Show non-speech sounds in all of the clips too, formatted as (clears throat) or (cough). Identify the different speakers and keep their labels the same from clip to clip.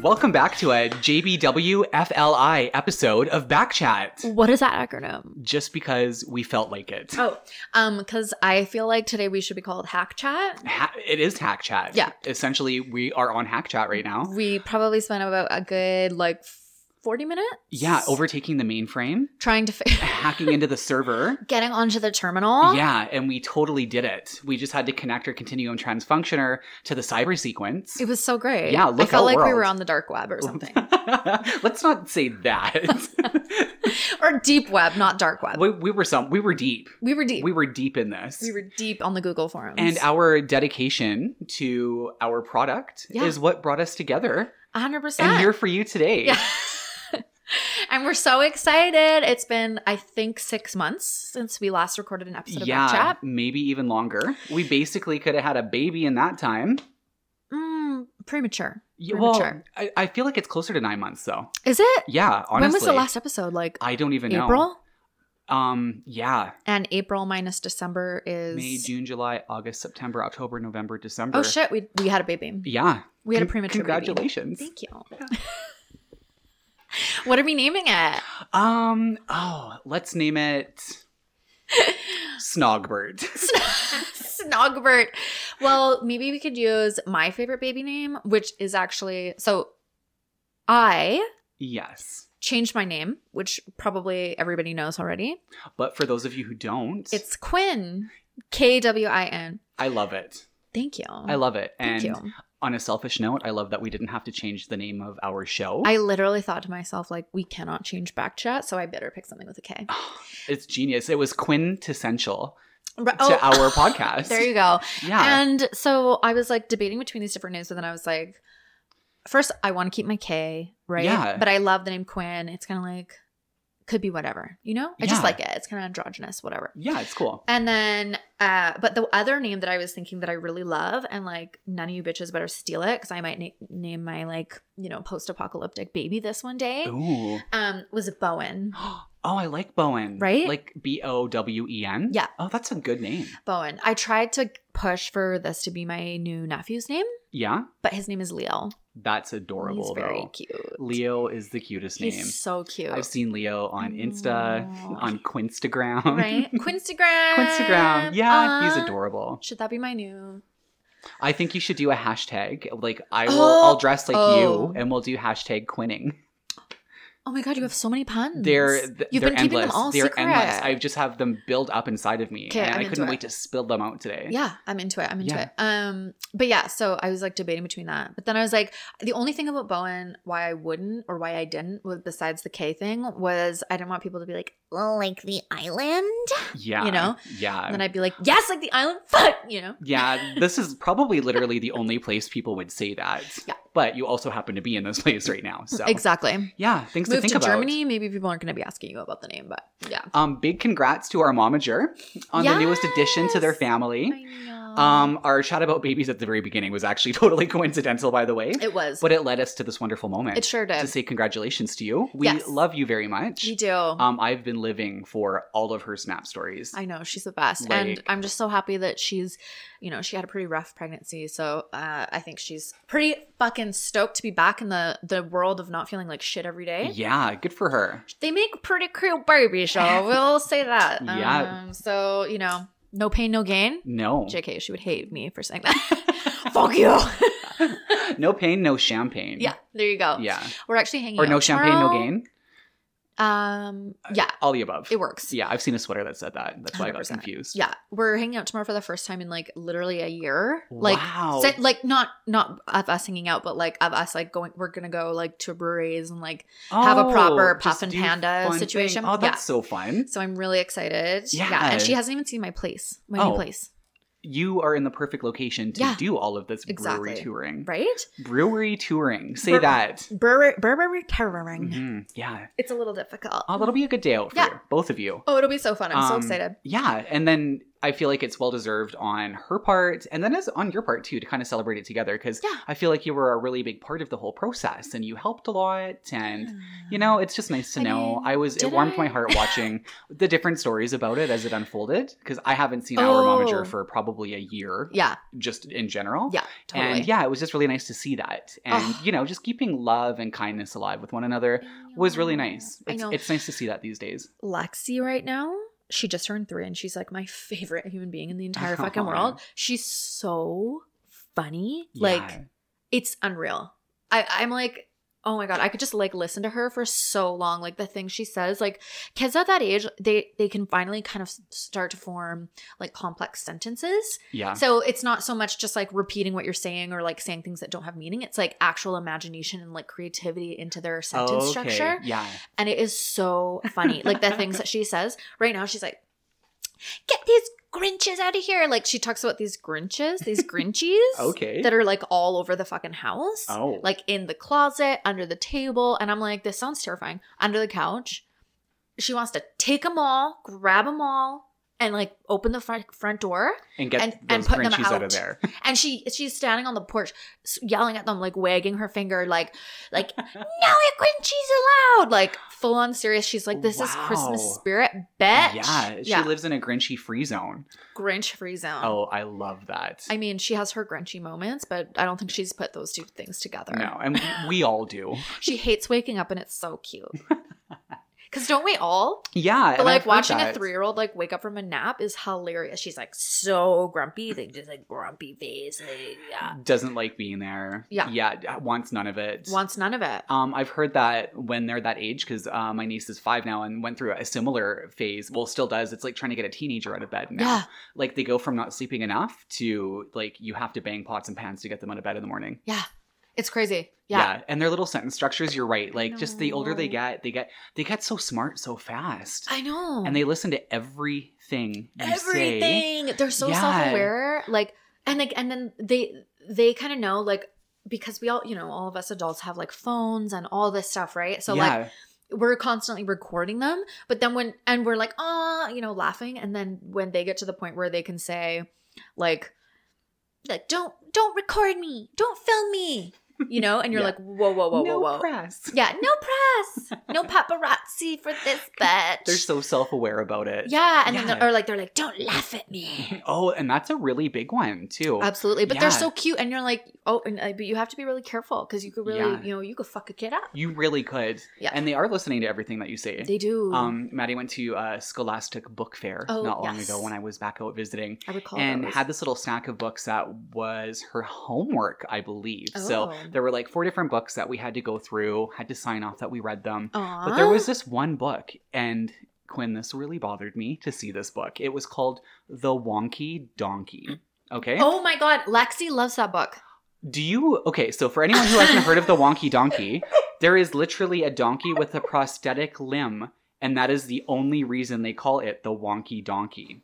Speaker 1: Welcome back to a JBWFLI episode of Backchat.
Speaker 2: What is that acronym?
Speaker 1: Just because we felt like it.
Speaker 2: Oh, um, because I feel like today we should be called Hack Chat.
Speaker 1: Ha- it is Hack Chat.
Speaker 2: Yeah.
Speaker 1: Essentially, we are on Hack Chat right now.
Speaker 2: We probably spent about a good like forty minutes.
Speaker 1: Yeah, overtaking the mainframe,
Speaker 2: trying to fi- (laughs)
Speaker 1: hacking into the server.
Speaker 2: getting onto the terminal.
Speaker 1: Yeah, and we totally did it. We just had to connect our continuum transfunctioner to the cyber sequence.
Speaker 2: it was so great.
Speaker 1: Yeah, look
Speaker 2: I felt
Speaker 1: out
Speaker 2: like we
Speaker 1: world.
Speaker 2: were on the dark web or something,
Speaker 1: (laughs) Let's not say
Speaker 2: (laughs)
Speaker 1: that.
Speaker 2: or deep web, not dark web.
Speaker 1: we, we were some. We were deep.
Speaker 2: We were deep.
Speaker 1: We were deep in this.
Speaker 2: We were deep on the Google forums.
Speaker 1: and our dedication to our product
Speaker 2: Yeah.
Speaker 1: is what brought us together.
Speaker 2: hundred
Speaker 1: And here
Speaker 2: percent.
Speaker 1: for you today.
Speaker 2: (laughs) Yeah. And we're so excited. It's been, I think, six months since we last recorded an episode of
Speaker 1: Yeah,
Speaker 2: Chat.
Speaker 1: maybe even longer. We basically could have had a baby in that time.
Speaker 2: Mm, premature.
Speaker 1: Yeah,
Speaker 2: Premature.
Speaker 1: I, I feel like it's closer to nine months though.
Speaker 2: Is it?
Speaker 1: Yeah, honestly.
Speaker 2: When was the last episode? Like
Speaker 1: I don't even know.
Speaker 2: April?
Speaker 1: Um, yeah,
Speaker 2: And April minus December is
Speaker 1: May, June, July, August, September, October, November, December.
Speaker 2: Oh shit, we we had a baby.
Speaker 1: Yeah.
Speaker 2: We had a
Speaker 1: Con-
Speaker 2: premature baby.
Speaker 1: Congratulations.
Speaker 2: Thank you. (laughs) what are we naming it? (laughs)
Speaker 1: Um, oh, let's name it Snogbird.
Speaker 2: Snogbert. Well, maybe we could use my favorite baby name, which is actually so I
Speaker 1: Yes.
Speaker 2: changed my name, which probably everybody knows already.
Speaker 1: But for those of you who don't,
Speaker 2: It's Quinn. K W I N.
Speaker 1: I love it.
Speaker 2: Thank you.
Speaker 1: I love it.
Speaker 2: Oh,
Speaker 1: and
Speaker 2: Thank you.
Speaker 1: on a selfish note, I love that we didn't have to change the name of our show.
Speaker 2: I literally thought to myself, like, we cannot change back chat, so I better pick something with
Speaker 1: (laughs)
Speaker 2: a K.
Speaker 1: it's genius. It was quintessential
Speaker 2: Right-
Speaker 1: to
Speaker 2: oh, (laughs)
Speaker 1: our podcast.
Speaker 2: there you go.
Speaker 1: Yeah.
Speaker 2: And so I was like debating between these different names, but then I was like, first, I want to keep my K, right?
Speaker 1: Yeah.
Speaker 2: But I love the name Quinn. It's kind of like, could be whatever, you know? I just
Speaker 1: Yeah.
Speaker 2: like it. It's kind of androgynous, whatever.
Speaker 1: yeah, it's cool.
Speaker 2: And then, uh, but the other name that I was thinking that I really love, and like, none of you bitches better steal it because I might na- name my like, you know, post apocalyptic baby this one day,
Speaker 1: Ooh. (gasps)
Speaker 2: um, was Bowen.
Speaker 1: Oh, I like Bowen.
Speaker 2: Right?
Speaker 1: Like B O W E N.
Speaker 2: Yeah.
Speaker 1: Oh, that's a good name.
Speaker 2: Bowen. I tried to push for this to be my new nephew's name,
Speaker 1: Yeah.
Speaker 2: but his name is Leo.
Speaker 1: That's adorable
Speaker 2: He's very
Speaker 1: though.
Speaker 2: cute.
Speaker 1: Leo is the cutest name.
Speaker 2: He's so cute.
Speaker 1: I've seen Leo on Insta,
Speaker 2: Aw.
Speaker 1: on Quinstagram.
Speaker 2: right?
Speaker 1: (laughs)
Speaker 2: Quinstagram.
Speaker 1: Quinstagram. Yeah, he's
Speaker 2: Uh,
Speaker 1: adorable.
Speaker 2: Should that be my new?
Speaker 1: I think you should do a hashtag. Like I will
Speaker 2: Oh,
Speaker 1: I'll dress like
Speaker 2: oh.
Speaker 1: you and we'll do hashtag quinning.
Speaker 2: Oh my god, you have so many puns.
Speaker 1: They're th-
Speaker 2: Hmm, You've
Speaker 1: they're
Speaker 2: been
Speaker 1: endless.
Speaker 2: keeping them all
Speaker 1: they're
Speaker 2: secret.
Speaker 1: endless. I just have them build up inside of me.
Speaker 2: 'Kay,
Speaker 1: and
Speaker 2: I'm
Speaker 1: I
Speaker 2: into
Speaker 1: couldn't
Speaker 2: it.
Speaker 1: wait to spill them out today.
Speaker 2: yeah, I'm into it. I'm into
Speaker 1: Yeah.
Speaker 2: it. Um, but yeah, so I was like debating between that, but then I was like, the only thing about Bowen why I wouldn't or why I didn't, was besides the K thing, was I didn't want people to be like, well, like the island.
Speaker 1: Yeah.
Speaker 2: You know?
Speaker 1: Yeah.
Speaker 2: And then I'd be like, yes, like the island. Fuck, you know. (laughs)
Speaker 1: yeah, this is probably literally the only place people would say that.
Speaker 2: Yeah.
Speaker 1: But you also happen to be in this place right now. So
Speaker 2: Exactly.
Speaker 1: yeah, things to
Speaker 2: Move
Speaker 1: think
Speaker 2: to
Speaker 1: about.
Speaker 2: Germany, maybe people aren't going to be asking you about the name, but yeah.
Speaker 1: Um, big congrats to our momager on the newest addition to their
Speaker 2: Yes.
Speaker 1: family.
Speaker 2: know.
Speaker 1: Um, our chat about babies at the very beginning was actually (laughs) totally coincidental, by the way,
Speaker 2: it was.
Speaker 1: but it led us to this wonderful moment
Speaker 2: It sure
Speaker 1: to
Speaker 2: did.
Speaker 1: say congratulations to you. We
Speaker 2: Yes.
Speaker 1: love you very much.
Speaker 2: We do.
Speaker 1: Um, I've been living for all of her snap stories.
Speaker 2: I know she's the best, and
Speaker 1: Like-
Speaker 2: I'm just so happy that she's, you know, she had a pretty rough pregnancy, so uh, I think she's pretty fucking stoked to be back in the the world of not feeling like shit every day.
Speaker 1: Yeah, good for her.
Speaker 2: They make pretty cute babies, so
Speaker 1: (laughs)
Speaker 2: we'll say that.
Speaker 1: Yeah.
Speaker 2: Um, so you know, no pain, no gain.
Speaker 1: No,
Speaker 2: Jk, she would hate me for saying that. (laughs) Fuck you.
Speaker 1: (laughs) no pain, no champagne.
Speaker 2: yeah, Oh. there you go.
Speaker 1: yeah,
Speaker 2: We're actually hanging
Speaker 1: or
Speaker 2: out
Speaker 1: no champagne, no
Speaker 2: tomorrow.
Speaker 1: gain.
Speaker 2: Um, yeah,
Speaker 1: All the above.
Speaker 2: it works.
Speaker 1: Yeah, I've seen a sweater that said that. That's why I got
Speaker 2: 100%.
Speaker 1: confused.
Speaker 2: Yeah, we're hanging out tomorrow for the first time in like literally a year. Like,
Speaker 1: Wow.
Speaker 2: so- like not not of us hanging out, but like of us like going. We're gonna go like to breweries and like. have a proper
Speaker 1: Oh,
Speaker 2: Puff
Speaker 1: just
Speaker 2: and
Speaker 1: do
Speaker 2: Panda
Speaker 1: fun
Speaker 2: situation.
Speaker 1: thing. Oh, that's
Speaker 2: Yeah.
Speaker 1: so fun.
Speaker 2: So I'm really excited.
Speaker 1: Yeah.
Speaker 2: and she hasn't even seen my place, my new
Speaker 1: Oh.
Speaker 2: place,
Speaker 1: You are in the perfect location to
Speaker 2: Yeah.
Speaker 1: do all of this brewery
Speaker 2: Exactly.
Speaker 1: touring.
Speaker 2: right?
Speaker 1: Brewery touring. Say
Speaker 2: Bre-
Speaker 1: that.
Speaker 2: Brewery, brewery touring.
Speaker 1: Mhm. Yeah.
Speaker 2: It's a little difficult.
Speaker 1: Oh, that'll be a good day out for
Speaker 2: Mm-hmm. Yeah.
Speaker 1: you, both of you.
Speaker 2: oh, it'll be so fun! I'm so
Speaker 1: Um,
Speaker 2: excited.
Speaker 1: Yeah. And then I feel like it's well deserved on her part, and then as on your part too, to kind of celebrate it together. Because
Speaker 2: Yeah.
Speaker 1: I feel like you were a really big part of the whole process, and you helped a lot. And you know, it's just nice to
Speaker 2: I
Speaker 1: know.
Speaker 2: mean,
Speaker 1: I was it
Speaker 2: did
Speaker 1: warmed my
Speaker 2: I?
Speaker 1: heart
Speaker 2: (laughs)
Speaker 1: watching the different stories about it as it unfolded because I haven't seen Our Momager
Speaker 2: Oh.
Speaker 1: for probably a year,
Speaker 2: yeah,
Speaker 1: just in general.
Speaker 2: yeah, totally.
Speaker 1: And yeah, it was just really nice to see that, and
Speaker 2: Ugh.
Speaker 1: you know, just keeping love and kindness alive with one another was really nice.
Speaker 2: I
Speaker 1: It's,
Speaker 2: know.
Speaker 1: it's nice to see that these days.
Speaker 2: Lexi right now, she just turned three and she's like my favorite human being in
Speaker 1: (laughs)
Speaker 2: the entire fucking
Speaker 1: Aw.
Speaker 2: world. She's so funny.
Speaker 1: Yeah.
Speaker 2: Like it's unreal. I, I'm like, oh my god, I could just like listen to her for so long. Like the things she says, like kids at that age, they they can finally kind of s- start to form like complex sentences.
Speaker 1: yeah,
Speaker 2: So it's not so much just like repeating what you're saying or like saying things that don't have meaning. It's like actual imagination and like creativity into their sentence
Speaker 1: Okay,
Speaker 2: structure
Speaker 1: Yeah,
Speaker 2: and it is so funny. like the things
Speaker 1: (laughs)
Speaker 2: that she says right now, she's like, "Get these Grinches out of here!" Like she talks about these Grinches,
Speaker 1: (laughs)
Speaker 2: these Grinchies,
Speaker 1: okay.
Speaker 2: that are like all over the fucking house,
Speaker 1: oh,
Speaker 2: like in the closet, under the table, and I'm like, this sounds terrifying. Under the couch, she wants to take them all, grab them all, and like open the front front door,
Speaker 1: and get
Speaker 2: and- and
Speaker 1: those
Speaker 2: putting them
Speaker 1: Grinchies out of
Speaker 2: out.
Speaker 1: there.
Speaker 2: (laughs) and she she's standing on the porch s- yelling at them like wagging her finger like
Speaker 1: (laughs)
Speaker 2: like no Grinchies allowed like full on serious she's like this is
Speaker 1: Wow.
Speaker 2: christmas spirit bitch
Speaker 1: Yeah, she
Speaker 2: yeah
Speaker 1: lives in a Grinchy free zone.
Speaker 2: grinch free zone
Speaker 1: Oh, I love that.
Speaker 2: i mean she has her grinchy moments but i don't think she's put those two things together
Speaker 1: no, and we all
Speaker 2: (laughs)
Speaker 1: do.
Speaker 2: she hates waking up and it's so cute
Speaker 1: (laughs)
Speaker 2: Cause don't we all?
Speaker 1: Yeah, and
Speaker 2: But
Speaker 1: I've
Speaker 2: like
Speaker 1: heard
Speaker 2: watching a
Speaker 1: that.
Speaker 2: three-year-old like wake up from a nap is hilarious. She's like so grumpy, like just like grumpy face, like yeah.
Speaker 1: doesn't like being there.
Speaker 2: Yeah.
Speaker 1: yeah, uh, wants none of it.
Speaker 2: Wants none of it.
Speaker 1: Um, I've heard that when they're that age, because uh, my niece is five now and went through a similar phase. Well, still does. It's like trying to get a teenager out of bed now.
Speaker 2: Yeah.
Speaker 1: Like they go from not sleeping enough to like you have to bang pots and pans to get them out of bed in the morning.
Speaker 2: It's crazy.
Speaker 1: Yeah.
Speaker 2: yeah.
Speaker 1: and their little sentence structures. You're right. Like just the older they
Speaker 2: know.
Speaker 1: get, they get they get so smart so fast,
Speaker 2: I know.
Speaker 1: and they listen to everything you say.
Speaker 2: everything. They're so
Speaker 1: Yeah.
Speaker 2: self-aware. Like and like and then they they kind of know like because we all, you know, all of us adults have like phones and all this stuff, right? So like we're constantly recording them, but then when and we're like, "Ah," you know, laughing and then when they get to the point where they can say like like don't don't record me. Don't film me. You know, and
Speaker 1: (laughs)
Speaker 2: you're
Speaker 1: Yeah.
Speaker 2: like, "Whoa, whoa, whoa,
Speaker 1: no
Speaker 2: whoa, whoa." (laughs)
Speaker 1: press.
Speaker 2: yeah, no press. No paparazzi for this bitch.
Speaker 1: (laughs) They're so self aware about it.
Speaker 2: Yeah, and
Speaker 1: Yeah.
Speaker 2: then they're, or like they're like, "Don't laugh at me."
Speaker 1: (laughs) Oh, and that's a really big one too.
Speaker 2: Absolutely, but they're
Speaker 1: Yeah.
Speaker 2: so cute, and you're like, "Oh," and uh, but you have to be really careful because you could really,
Speaker 1: Yeah.
Speaker 2: you know, you could fuck a kid up.
Speaker 1: you really could.
Speaker 2: Yeah.
Speaker 1: And they are listening to everything that you say.
Speaker 2: They do.
Speaker 1: Um, Maddie went to uh, Scholastic Book Fair
Speaker 2: Oh,
Speaker 1: not long
Speaker 2: yes.
Speaker 1: ago when I was back out visiting,
Speaker 2: I recall
Speaker 1: and
Speaker 2: those.
Speaker 1: had this little stack of books that was her homework, I believe. So
Speaker 2: Oh.
Speaker 1: there were like four different books that we had to go through, had to sign off that we read them.
Speaker 2: Aw.
Speaker 1: But there was this one book, and Quinn, this really bothered me to see this book. It was called The Wonky Donkey. Okay.
Speaker 2: Oh my god, Lexi loves that book.
Speaker 1: Do you okay? So for anyone who hasn't heard of the wonky donkey, there is literally a donkey with a prosthetic limb, and that is the only reason they call it the wonky donkey.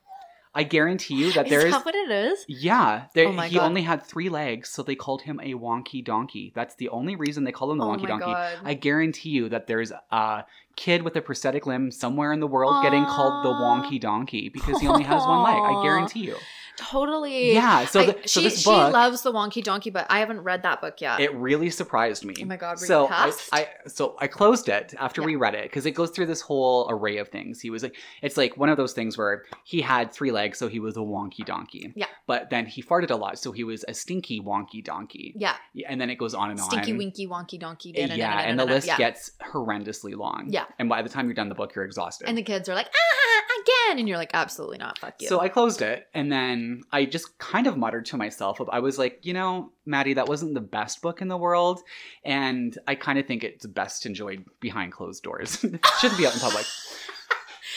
Speaker 1: I guarantee you that there
Speaker 2: is
Speaker 1: is.
Speaker 2: that what it is?
Speaker 1: Yeah, there,
Speaker 2: Oh my
Speaker 1: he
Speaker 2: God.
Speaker 1: only had three legs, so they called him a wonky donkey. That's the only reason they call him the
Speaker 2: oh
Speaker 1: wonky
Speaker 2: my
Speaker 1: donkey.
Speaker 2: god.
Speaker 1: I guarantee you that there's a kid with a prosthetic limb somewhere in the world getting called the
Speaker 2: Aw.
Speaker 1: wonky donkey because he only has one leg. I
Speaker 2: (laughs) Aw.
Speaker 1: guarantee you.
Speaker 2: totally.
Speaker 1: Yeah. So,
Speaker 2: I-
Speaker 1: the, so
Speaker 2: she
Speaker 1: this
Speaker 2: she
Speaker 1: book.
Speaker 2: loves the Wonky Donkey, but I haven't read that book yet.
Speaker 1: It really surprised me.
Speaker 2: Oh my God, were you
Speaker 1: So I,
Speaker 2: cussed?
Speaker 1: I so I closed it after
Speaker 2: Yeah.
Speaker 1: we read it because it goes through this whole array of things. He was like, it's like one of those things where he had three legs, so he was a wonky donkey.
Speaker 2: Yeah.
Speaker 1: But then he farted a lot, so he was a stinky wonky donkey.
Speaker 2: yeah,
Speaker 1: Yeah, And then it goes on and
Speaker 2: Stinky
Speaker 1: on.
Speaker 2: Winky Wonky Donkey.
Speaker 1: Yeah,
Speaker 2: da-na-na-na-na-na-na.
Speaker 1: and the list
Speaker 2: Yeah.
Speaker 1: gets horrendously long.
Speaker 2: Yeah.
Speaker 1: And by the time you're done the book, you're exhausted.
Speaker 2: and the kids are like, ah, again, and you're like, absolutely not, fuck you.
Speaker 1: So I closed it and then I just kind of muttered to myself, I was like, you know, Maddie, that wasn't the best book in the world. And I kind of think it's best enjoyed behind closed doors. (laughs) It Shouldn't be out in
Speaker 2: (laughs)
Speaker 1: public.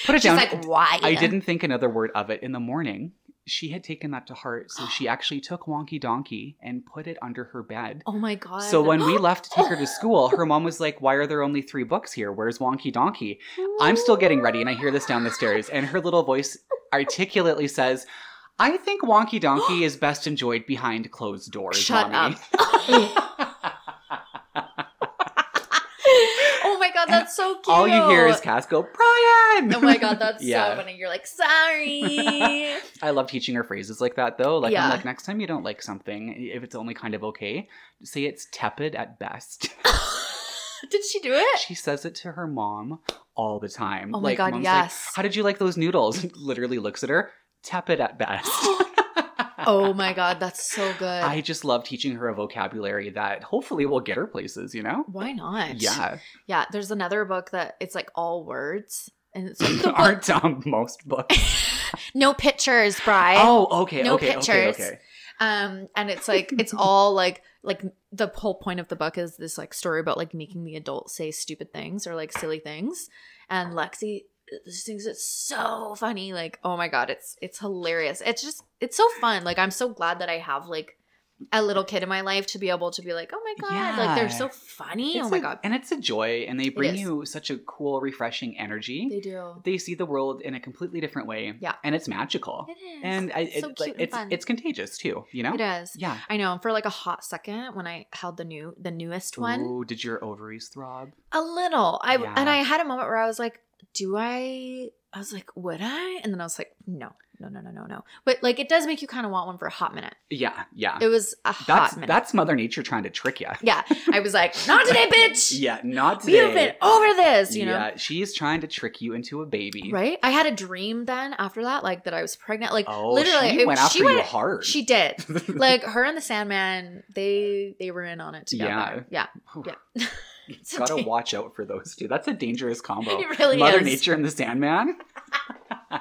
Speaker 1: Put it
Speaker 2: She's
Speaker 1: down.
Speaker 2: like, why?
Speaker 1: I didn't think another word of it in the morning. She had taken that to heart. So
Speaker 2: (gasps)
Speaker 1: she actually took Wonky Donkey and put it under her bed.
Speaker 2: Oh my god.
Speaker 1: So when
Speaker 2: (gasps)
Speaker 1: we left to take her to school, her mom was like, Why are there only three books here? Where's Wonky Donkey? I'm still getting ready, and I hear this down
Speaker 2: (gasps)
Speaker 1: the stairs, and her little voice articulately says, I think Wonky Donkey is best enjoyed behind closed doors.
Speaker 2: Shut
Speaker 1: mommy.
Speaker 2: up. (laughs) oh my god, that's so
Speaker 1: (laughs)
Speaker 2: cute.
Speaker 1: All you hear is Cass go, Brian!
Speaker 2: Oh my
Speaker 1: (laughs)
Speaker 2: god, that's
Speaker 1: Yeah.
Speaker 2: so funny. You're
Speaker 1: (laughs)
Speaker 2: like, sorry.
Speaker 1: I love teaching her phrases like that though. Like I'm
Speaker 2: Yeah.
Speaker 1: like, next time you don't like something, if it's only kind of okay, say it's tepid at
Speaker 2: (laughs)
Speaker 1: best.
Speaker 2: Did she do it?
Speaker 1: she says it to her mom all the time.
Speaker 2: Oh my
Speaker 1: Like,
Speaker 2: god,
Speaker 1: mom's like,
Speaker 2: yes.
Speaker 1: How did you like those noodles? (laughs) Literally looks at her, tepid at best.
Speaker 2: (gasps)
Speaker 1: (laughs)
Speaker 2: oh my god, that's so good.
Speaker 1: I just love teaching her a vocabulary that hopefully will get her places, you know?
Speaker 2: Why not?
Speaker 1: Yeah.
Speaker 2: (laughs) Yeah, there's another book that it's like all words. And
Speaker 1: (laughs)
Speaker 2: it's like the book.
Speaker 1: Aren't dumb most books.
Speaker 2: (laughs) No pictures, Bri.
Speaker 1: oh, okay,
Speaker 2: No
Speaker 1: okay, okay,
Speaker 2: pictures.
Speaker 1: okay.
Speaker 2: Um, and it's like
Speaker 1: (laughs)
Speaker 2: it's all like like the whole point of the book is this like story about like making the adult say stupid things or like silly things. And Lexi uh, just thinks it's so funny. Like, oh my god, it's it's hilarious. It's just it's so fun. Like I'm so glad that I have like a little kid in my life to be able to be like, oh my god, like they're
Speaker 1: Yeah.
Speaker 2: so funny.
Speaker 1: It's
Speaker 2: oh my
Speaker 1: a-
Speaker 2: god.
Speaker 1: And it's a joy, and they bring
Speaker 2: is.
Speaker 1: you such a cool, refreshing energy.
Speaker 2: They do.
Speaker 1: They see the world in a completely different way.
Speaker 2: Yeah.
Speaker 1: And it's magical.
Speaker 2: It is.
Speaker 1: And I, it,
Speaker 2: so
Speaker 1: like,
Speaker 2: cute and
Speaker 1: it's
Speaker 2: fun.
Speaker 1: it's contagious too, you know?
Speaker 2: it is.
Speaker 1: Yeah.
Speaker 2: I know. And for like a hot second, when I held the new, the newest one,
Speaker 1: Ooh, did your ovaries throb?
Speaker 2: a little. I
Speaker 1: Yeah.
Speaker 2: and I had a moment where I was like, "Do I?" I was like, "Would I?" And then I was like, "No, no, no, no, no, no." But like, it does make you kind of want one for a hot minute.
Speaker 1: Yeah, yeah.
Speaker 2: It was a
Speaker 1: that's
Speaker 2: hot minute.
Speaker 1: that's Mother Nature trying to trick you.
Speaker 2: yeah, I
Speaker 1: (laughs)
Speaker 2: was like, "Not today, bitch.
Speaker 1: Yeah, not today.
Speaker 2: You've been over this." You know.
Speaker 1: Yeah, she's trying to trick you into a baby.
Speaker 2: Right? I had a dream then after that, like that I was pregnant. Like
Speaker 1: Oh,
Speaker 2: literally,
Speaker 1: she
Speaker 2: it-
Speaker 1: went after
Speaker 2: she
Speaker 1: you
Speaker 2: went-
Speaker 1: hard. (laughs)
Speaker 2: She did. like her and the Sandman, they they were in on it together. Yeah, (laughs) yeah. (laughs) It's a
Speaker 1: Gotta
Speaker 2: dang-
Speaker 1: watch out for those two. That's a dangerous combo.
Speaker 2: It really
Speaker 1: Mother
Speaker 2: is.
Speaker 1: Nature and the
Speaker 2: (laughs)
Speaker 1: Sandman. (laughs)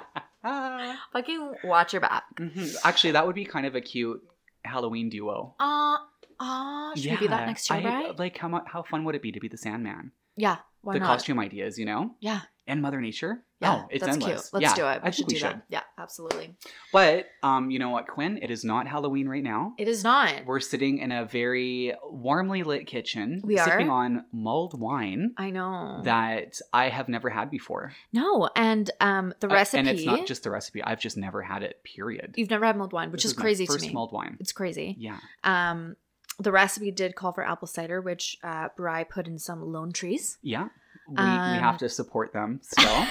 Speaker 2: Fucking watch your back.
Speaker 1: Mhm. Actually, that would be kind of a cute Halloween duo.
Speaker 2: Uh, uh, should we do that next year,
Speaker 1: I-
Speaker 2: right?
Speaker 1: Like, how mu- how fun would it be to be the Sandman?
Speaker 2: Yeah, why
Speaker 1: the
Speaker 2: not?
Speaker 1: costume ideas, you know,
Speaker 2: Yeah,
Speaker 1: and Mother Nature.
Speaker 2: yeah,
Speaker 1: oh, it's
Speaker 2: that's
Speaker 1: endless.
Speaker 2: cute.
Speaker 1: Yeah,
Speaker 2: Let's do it. We
Speaker 1: I
Speaker 2: should
Speaker 1: think
Speaker 2: do
Speaker 1: we should.
Speaker 2: that. Yeah, absolutely.
Speaker 1: But um, you know what, Quinn? It is not Halloween right now.
Speaker 2: It is not.
Speaker 1: We're sitting in a very warmly lit kitchen,
Speaker 2: We are.
Speaker 1: sipping on mulled wine
Speaker 2: I know
Speaker 1: that I have never had before.
Speaker 2: No, and um, the
Speaker 1: Uh,
Speaker 2: recipe.
Speaker 1: and it's not just the recipe; I've just never had it. Period.
Speaker 2: you've never had mulled wine, which
Speaker 1: This
Speaker 2: is
Speaker 1: my
Speaker 2: crazy to
Speaker 1: first
Speaker 2: me.
Speaker 1: mulled
Speaker 2: (laughs)
Speaker 1: wine.
Speaker 2: It's crazy.
Speaker 1: Yeah.
Speaker 2: Um, the recipe did call for apple cider, which uh, Bri put in some lone trees.
Speaker 1: Yeah. We, we
Speaker 2: Um,
Speaker 1: have to support them
Speaker 2: (laughs)
Speaker 1: still.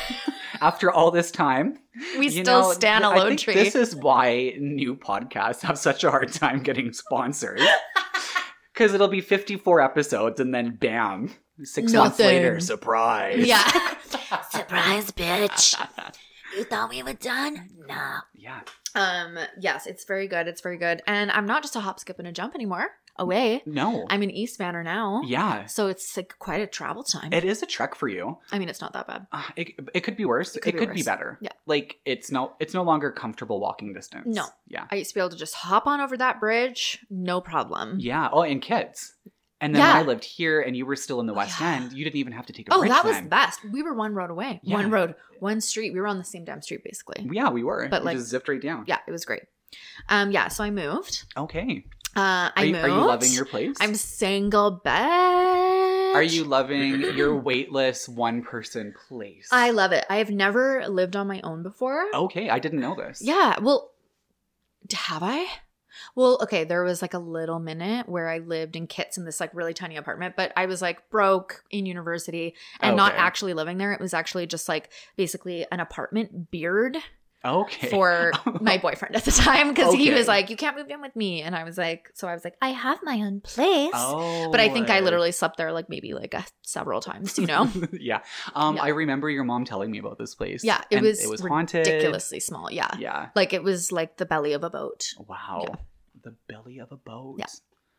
Speaker 1: After all this time,
Speaker 2: We
Speaker 1: You
Speaker 2: still
Speaker 1: know,
Speaker 2: stand a
Speaker 1: I
Speaker 2: lone
Speaker 1: think
Speaker 2: tree.
Speaker 1: This is why new podcasts have such a hard time getting
Speaker 2: (laughs)
Speaker 1: sponsors. Because it'll be 54 episodes and then bam, six months
Speaker 2: Nothing.
Speaker 1: later, surprise. (laughs)
Speaker 2: (laughs) yeah.
Speaker 3: (laughs) Surprise, bitch. You thought we were done? No.
Speaker 1: Yeah.
Speaker 2: Um. Yes, it's very good. It's very good. And I'm not just a hop, skip, and a jump anymore. Away.
Speaker 1: No.
Speaker 2: I'm an East Banner now.
Speaker 1: yeah.
Speaker 2: So it's like quite a travel time.
Speaker 1: It is a trek for you.
Speaker 2: I mean, it's not that bad.
Speaker 1: Uh, it, it could be worse. It could, be,
Speaker 2: worse.
Speaker 1: better.
Speaker 2: Yeah.
Speaker 1: Like it's no it's no longer comfortable walking distance.
Speaker 2: No.
Speaker 1: Yeah.
Speaker 2: I used to be able to just hop on over that bridge, no problem.
Speaker 1: Yeah. Oh, and kids. And then
Speaker 2: Mm-hmm. Yeah.
Speaker 1: when I lived here and you were still in the
Speaker 2: Oh,
Speaker 1: West
Speaker 2: yeah.
Speaker 1: End, you didn't even have to take a
Speaker 2: Oh,
Speaker 1: bridge
Speaker 2: that was
Speaker 1: then.
Speaker 2: the best. We were one road away.
Speaker 1: Yeah.
Speaker 2: One road, one street. We were on the same damn street, basically.
Speaker 1: Yeah, we were.
Speaker 2: But,
Speaker 1: we
Speaker 2: like-
Speaker 1: just zipped right down.
Speaker 2: Yeah, it was great. Um, yeah, so I moved.
Speaker 1: Okay.
Speaker 2: Uh, I
Speaker 1: are, you,
Speaker 2: moved.
Speaker 1: are you loving your place?
Speaker 2: I'm single, bitch.
Speaker 1: Are you loving
Speaker 2: (clears throat)
Speaker 1: your weightless one person place?
Speaker 2: I love it. I have never lived on my own before.
Speaker 1: Okay, I didn't know this.
Speaker 2: Yeah. Well, d- have I? Well, okay. There was like a little minute where I lived in kits in this like really tiny apartment, but I was like broke in university and not
Speaker 1: Okay.
Speaker 2: actually living there. It was actually just like basically an
Speaker 1: (laughs)
Speaker 2: apartment beard
Speaker 1: Okay. (laughs)
Speaker 2: for my boyfriend at the time because he
Speaker 1: Okay.
Speaker 2: was like, "You can't move in with me," and I was like, "So I was like, I have my own place."
Speaker 1: Oh.
Speaker 2: But I think I literally slept there like maybe like a, several times, you know?
Speaker 1: (laughs) yeah. Um,
Speaker 2: Yeah.
Speaker 1: I remember your mom telling me about this place.
Speaker 2: Yeah, it
Speaker 1: and
Speaker 2: was
Speaker 1: it was haunted.
Speaker 2: Ridiculously small. Yeah.
Speaker 1: Yeah.
Speaker 2: Like it was like the belly of a boat.
Speaker 1: Wow. The belly of a boat.
Speaker 2: Yeah.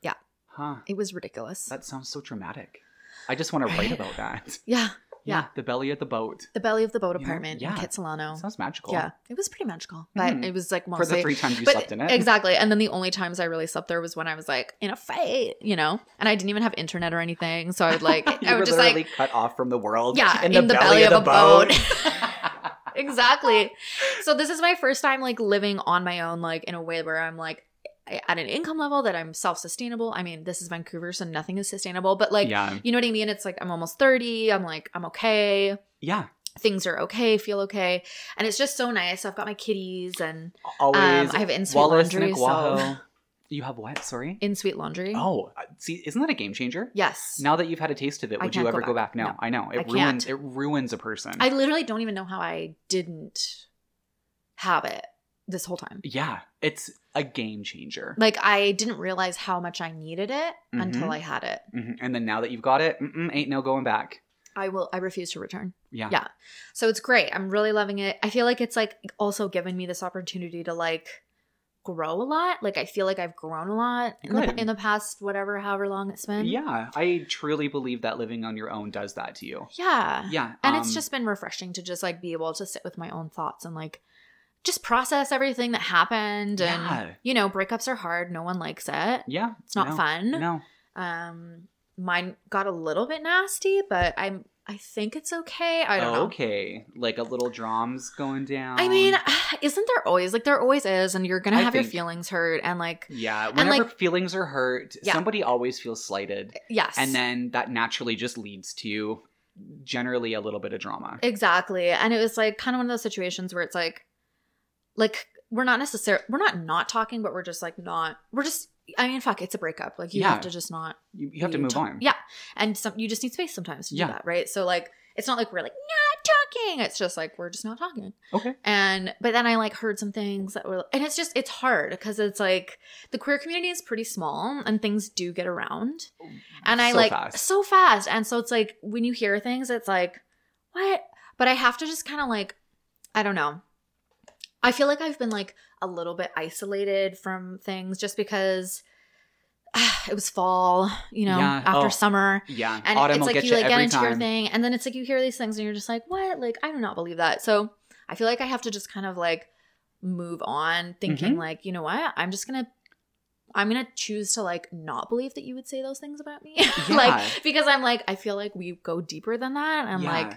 Speaker 2: Yeah.
Speaker 1: Huh.
Speaker 2: It was ridiculous.
Speaker 1: That sounds so dramatic. I just want to write
Speaker 2: Right?
Speaker 1: about
Speaker 2: (laughs)
Speaker 1: that.
Speaker 2: yeah.
Speaker 1: Yeah.
Speaker 2: Yeah.
Speaker 1: The belly of the boat.
Speaker 2: The belly of the boat
Speaker 1: You know?
Speaker 2: apartment
Speaker 1: Yeah.
Speaker 2: in Kitsilano.
Speaker 1: Sounds magical.
Speaker 2: Yeah. It was pretty magical, but
Speaker 1: Mhm.
Speaker 2: it was like
Speaker 1: For
Speaker 2: mostly.
Speaker 1: the three times you
Speaker 2: but
Speaker 1: slept in it.
Speaker 2: Exactly. And then the only times I really slept there was when I was like in a fight, you know? And I didn't even have internet or anything. So I would
Speaker 1: (laughs)
Speaker 2: like,
Speaker 1: you
Speaker 2: I
Speaker 1: were
Speaker 2: would just
Speaker 1: literally
Speaker 2: like,
Speaker 1: cut off from the world.
Speaker 2: Yeah,
Speaker 1: in the, belly, of, the
Speaker 2: a boat.
Speaker 1: boat.
Speaker 2: exactly. So this is my first time like living on my own, like in a way where I'm like at an income level that I'm self sustainable. I mean, this is Vancouver, so nothing is sustainable, but (laughs) like,
Speaker 1: yeah,
Speaker 2: you know what I mean? It's like I'm almost 30. I'm like, I'm okay.
Speaker 1: yeah.
Speaker 2: Things are okay, feel okay. And it's just so nice. I've got my kitties and
Speaker 1: Always.
Speaker 2: Um, I have in-suite
Speaker 1: Wallace
Speaker 2: laundry,
Speaker 1: and Iguajo. You have what? Sorry.
Speaker 2: in Sweet Laundry.
Speaker 1: Oh, uh, see, isn't that a game changer?
Speaker 2: yes.
Speaker 1: Now that you've had a taste of it,
Speaker 2: I
Speaker 1: would you
Speaker 2: can't
Speaker 1: ever go back? No,
Speaker 2: No,
Speaker 1: I know it
Speaker 2: I
Speaker 1: ruins.
Speaker 2: can't.
Speaker 1: It ruins a person.
Speaker 2: I literally don't even know how I didn't have it this whole time.
Speaker 1: yeah, it's a game changer.
Speaker 2: Like I didn't realize how much I needed it until I had it.
Speaker 1: Mhm. And then now that you've got it, mm-mm, ain't no going back.
Speaker 2: I will I refuse to return.
Speaker 1: Yeah.
Speaker 2: Yeah. So it's great. I'm really loving it. I feel like it's like also given me this opportunity to like grow a lot. Like I feel like I've grown a lot in, the,
Speaker 1: Good.
Speaker 2: in the past whatever however long it's been.
Speaker 1: Yeah, I truly believe that living on your own does that to
Speaker 2: (sighs)
Speaker 1: you.
Speaker 2: Yeah.
Speaker 1: Yeah,
Speaker 2: And
Speaker 1: um,
Speaker 2: it's just been refreshing to just like be able to sit with my own thoughts and like just process everything that happened and
Speaker 1: Yeah.
Speaker 2: you know, breakups are hard. No one likes it.
Speaker 1: yeah,
Speaker 2: It's not
Speaker 1: no,
Speaker 2: fun.
Speaker 1: No,
Speaker 2: Um mine got a little bit nasty, but I'm I think it's okay. I don't know.
Speaker 1: okay, like a little drums going down.
Speaker 2: I mean, (sighs) isn't there always like there always is, and you're gonna
Speaker 1: I
Speaker 2: have your
Speaker 1: think-
Speaker 2: feelings hurt, and like
Speaker 1: yeah,
Speaker 2: and,
Speaker 1: whenever
Speaker 2: like-
Speaker 1: feelings are hurt,
Speaker 2: Yeah.
Speaker 1: somebody always feels slighted,
Speaker 2: yes,
Speaker 1: and then that naturally just leads to generally a little bit of drama.
Speaker 2: exactly, and it was like kind of one of those situations where it's like, like we're not necessarily we're not not talking, but we're just like not we're just I mean fuck, it's a breakup, like you
Speaker 1: Yeah.
Speaker 2: have to just not
Speaker 1: you, you have to move
Speaker 2: talk-
Speaker 1: on.
Speaker 2: yeah, and some you just need space sometimes to
Speaker 1: Yeah.
Speaker 2: do that, right? So like it's not like we're like not talking, it's just like we're just not talking.
Speaker 1: Okay.
Speaker 2: And but then I like heard some things that were and it's just it's hard because it's like the queer community is pretty small and things do get around. And I
Speaker 1: So
Speaker 2: like
Speaker 1: fast.
Speaker 2: so fast. And so it's like when you hear things it's like what? But I have to just kind of like I don't know. I feel like I've been like a little bit isolated from things just because (sighs) it was fall, you know,
Speaker 1: Yeah.
Speaker 2: after
Speaker 1: Oh.
Speaker 2: summer.
Speaker 1: Yeah,
Speaker 2: And
Speaker 1: autumn
Speaker 2: it's
Speaker 1: will
Speaker 2: like
Speaker 1: get
Speaker 2: you
Speaker 1: you
Speaker 2: like get
Speaker 1: every
Speaker 2: into your
Speaker 1: time.
Speaker 2: thing, (laughs) and then it's like you hear these things, and you're just like, "What? Like, I do not believe that." So I feel like I have to just kind of like move on, thinking
Speaker 1: Mm-hmm.
Speaker 2: like, you know what? I'm just gonna, I'm gonna choose to like not believe that you would say those things about me, (laughs)
Speaker 1: Yeah.
Speaker 2: like because I'm like I feel like we go deeper than that, and
Speaker 1: Yeah.
Speaker 2: like,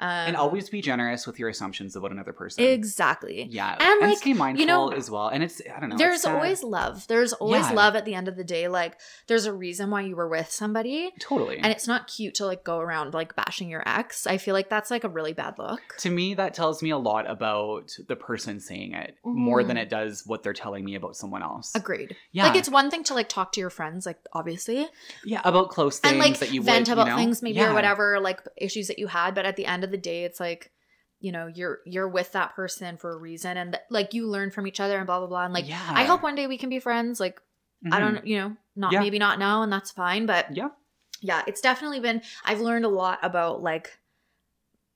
Speaker 2: um,
Speaker 1: and always be generous with your assumptions about another person.
Speaker 2: exactly.
Speaker 1: Yeah,
Speaker 2: And, like,
Speaker 1: stay mindful
Speaker 2: you know,
Speaker 1: as well. And it's I don't know. it's
Speaker 2: there's
Speaker 1: sad.
Speaker 2: always love. There's always
Speaker 1: Yeah.
Speaker 2: love at the end of the day. Like there's a reason why you were with somebody.
Speaker 1: totally.
Speaker 2: And it's not cute to like go around like bashing your ex. I feel like that's like a really bad look.
Speaker 1: to me, that tells me a lot about the person saying it more than
Speaker 2: Mhm.
Speaker 1: it does what they're telling me about someone else.
Speaker 2: Agreed.
Speaker 1: Yeah,
Speaker 2: Like it's one thing to like talk to your friends, like obviously,
Speaker 1: yeah, about close things
Speaker 2: and like
Speaker 1: that you
Speaker 2: vent
Speaker 1: would,
Speaker 2: about
Speaker 1: you know?
Speaker 2: things maybe
Speaker 1: yeah.
Speaker 2: or whatever, like issues that you had. But at the end of the day, it's like, you know, you're you're with that person for a reason, and like you learn from each other and blah blah blah. And like,
Speaker 1: yeah. Mm-hmm.
Speaker 2: I hope one day we can be friends. Like, I don't, you know, not
Speaker 1: Yeah.
Speaker 2: maybe not now, and that's fine. But
Speaker 1: Yeah,
Speaker 2: yeah it's definitely been i've learned a lot about like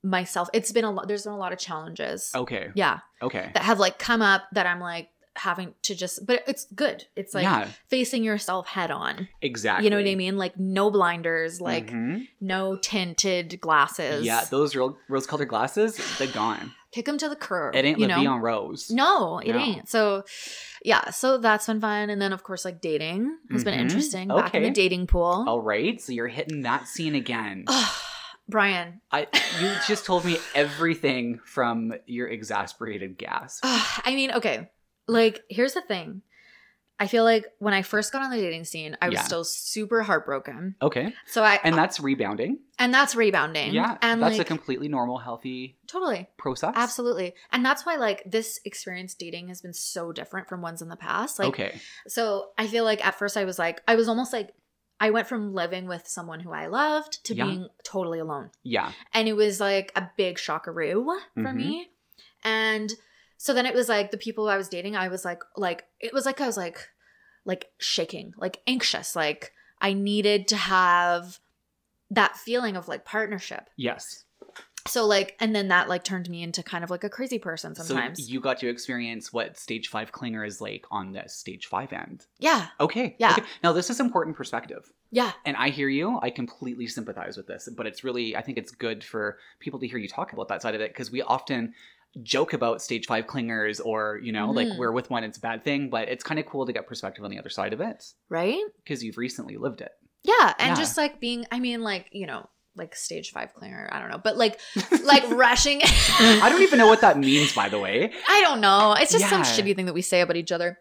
Speaker 2: myself it's been a lot there's been a lot of challenges
Speaker 1: okay,
Speaker 2: yeah
Speaker 1: okay.
Speaker 2: that have like come up that i'm like having to just but it's good it's like
Speaker 1: yeah,
Speaker 2: facing yourself head on
Speaker 1: exactly.
Speaker 2: you know what i mean like no blinders like
Speaker 1: Mhm.
Speaker 2: no tinted glasses
Speaker 1: yeah, those rose colored glasses, they're gone.
Speaker 2: pick them to the curb
Speaker 1: It ain't
Speaker 2: you
Speaker 1: Le'Veon
Speaker 2: know
Speaker 1: Rose.
Speaker 2: no it
Speaker 1: No.
Speaker 2: ain't so yeah so that's been fun and then of course like dating has been
Speaker 1: Mhm.
Speaker 2: interesting back in
Speaker 1: Okay. Oh.
Speaker 2: the dating pool
Speaker 1: All right, so you're hitting that scene again.
Speaker 2: brian
Speaker 1: I you just told me everything from your exasperated gasp.
Speaker 2: Ugh, I mean, okay. Like, here's the thing. I feel like when I first got on the dating scene, I was
Speaker 1: Yeah.
Speaker 2: still super heartbroken.
Speaker 1: Okay,
Speaker 2: So I and,
Speaker 1: and that's rebounding.
Speaker 2: that's rebounding.
Speaker 1: Yeah,
Speaker 2: and
Speaker 1: that's
Speaker 2: like
Speaker 1: a completely normal, healthy
Speaker 2: totally,
Speaker 1: process.
Speaker 2: absolutely, and that's why like this experience dating has been so different from ones in the past. Like,
Speaker 1: okay.
Speaker 2: so I feel like at first I was like, I was almost like, I went from living with someone who I loved to
Speaker 1: Yeah.
Speaker 2: being totally alone.
Speaker 1: Yeah.
Speaker 2: and it was like a big shockaroo for
Speaker 1: Mhm.
Speaker 2: me and so then it was like the people i was dating i was like like it was like i was like like shaking like anxious like i needed to have that feeling of like partnership
Speaker 1: Yes.
Speaker 2: so like and then that like turned me into kind of like a crazy person sometimes
Speaker 1: So you got to experience what stage five clinger is like on the stage five end.
Speaker 2: yeah
Speaker 1: Okay.
Speaker 2: Yeah.
Speaker 1: Okay. Now this is important perspective.
Speaker 2: yeah
Speaker 1: And I hear you. I completely sympathize with this. But it's really I think it's good for people to hear you talk about that side of it because we often joke about stage five clingers or, you know,
Speaker 2: Mhm.
Speaker 1: like we're with one, it's a bad thing, but it's kind of cool to get perspective on the other side of it.
Speaker 2: right
Speaker 1: Because you've recently lived it.
Speaker 2: yeah and
Speaker 1: Yeah.
Speaker 2: just like being i mean like you know like stage five cleaner i don't know but like like
Speaker 1: (laughs)
Speaker 2: rushing (laughs)
Speaker 1: I don't even know what that means, by the way.
Speaker 2: I don't know. It's just some
Speaker 1: Yeah.
Speaker 2: shitty thing that we say about each other.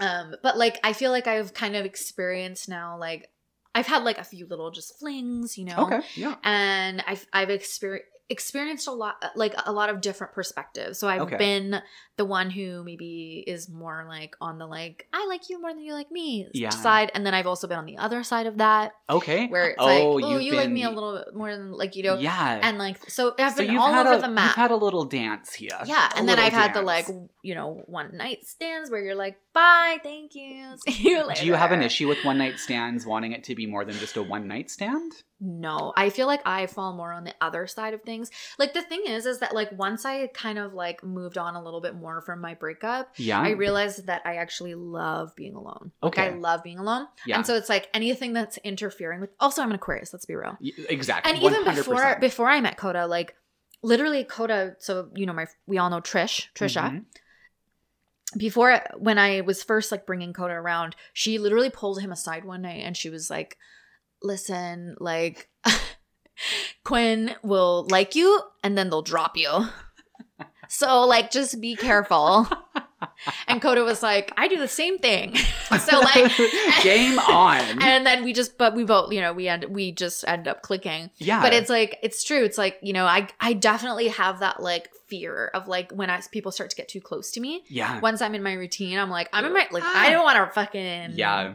Speaker 2: Um, but like I feel like I've kind of experienced now like I've had like a few little just flings, you know.
Speaker 1: Okay. Yeah.
Speaker 2: And I've I've experienced experienced a lot like a lot of different perspectives so i've
Speaker 1: Okay.
Speaker 2: been the one who maybe is more like on the like i like you more than you like me
Speaker 1: Yeah.
Speaker 2: side and then i've also been on the other side of that
Speaker 1: Okay.
Speaker 2: where it's
Speaker 1: Oh,
Speaker 2: like oh
Speaker 1: you've
Speaker 2: you like me a
Speaker 1: been-
Speaker 2: little bit more than like you know
Speaker 1: yeah.
Speaker 2: and like so i've
Speaker 1: so
Speaker 2: been
Speaker 1: you've
Speaker 2: all
Speaker 1: had
Speaker 2: over
Speaker 1: a,
Speaker 2: the map
Speaker 1: You've had a little dance here.
Speaker 2: yeah,
Speaker 1: A
Speaker 2: and then
Speaker 1: little
Speaker 2: I've had the like,
Speaker 1: dance.
Speaker 2: w- you know, one night stands where you're like, bye, thank you, (laughs) see you later.
Speaker 1: Do you have
Speaker 2: (laughs)
Speaker 1: an issue with one night stands wanting it to be more than just a one night stand?
Speaker 2: No, I feel like I fall more on the other side of things. Like the thing is, is that like once I kind of like moved on a little bit more from my breakup,
Speaker 1: Yeah.
Speaker 2: I realized that I actually love being alone. Like
Speaker 1: Okay.
Speaker 2: I love being alone,
Speaker 1: yeah.
Speaker 2: and so it's like anything that's interfering with. Also, I'm an Aquarius. Let's be real.
Speaker 1: Y- exactly.
Speaker 2: And even
Speaker 1: 100%.
Speaker 2: before before I met Coda, like literally Coda. So you know, my we all know Trish, Trisha.
Speaker 1: Mhm.
Speaker 2: before when I was first like bringing Coda around, she literally pulled him aside one night and she was like, "Listen, like (laughs) Quinn will like you and then they'll drop you." So like just be careful. and Coda was like, "I do the same thing." so like
Speaker 1: Mm-hmm. (laughs)
Speaker 2: (laughs)
Speaker 1: game on.
Speaker 2: and then we just but we both, you know, we end we just end up clicking
Speaker 1: yeah.
Speaker 2: but it's like it's true it's like you know i i definitely have that like fear of like when i people start to get too close to me
Speaker 1: yeah.
Speaker 2: once i'm in my routine i'm like i'm in my like
Speaker 1: Ah.
Speaker 2: i don't want to fucking
Speaker 1: Yeah.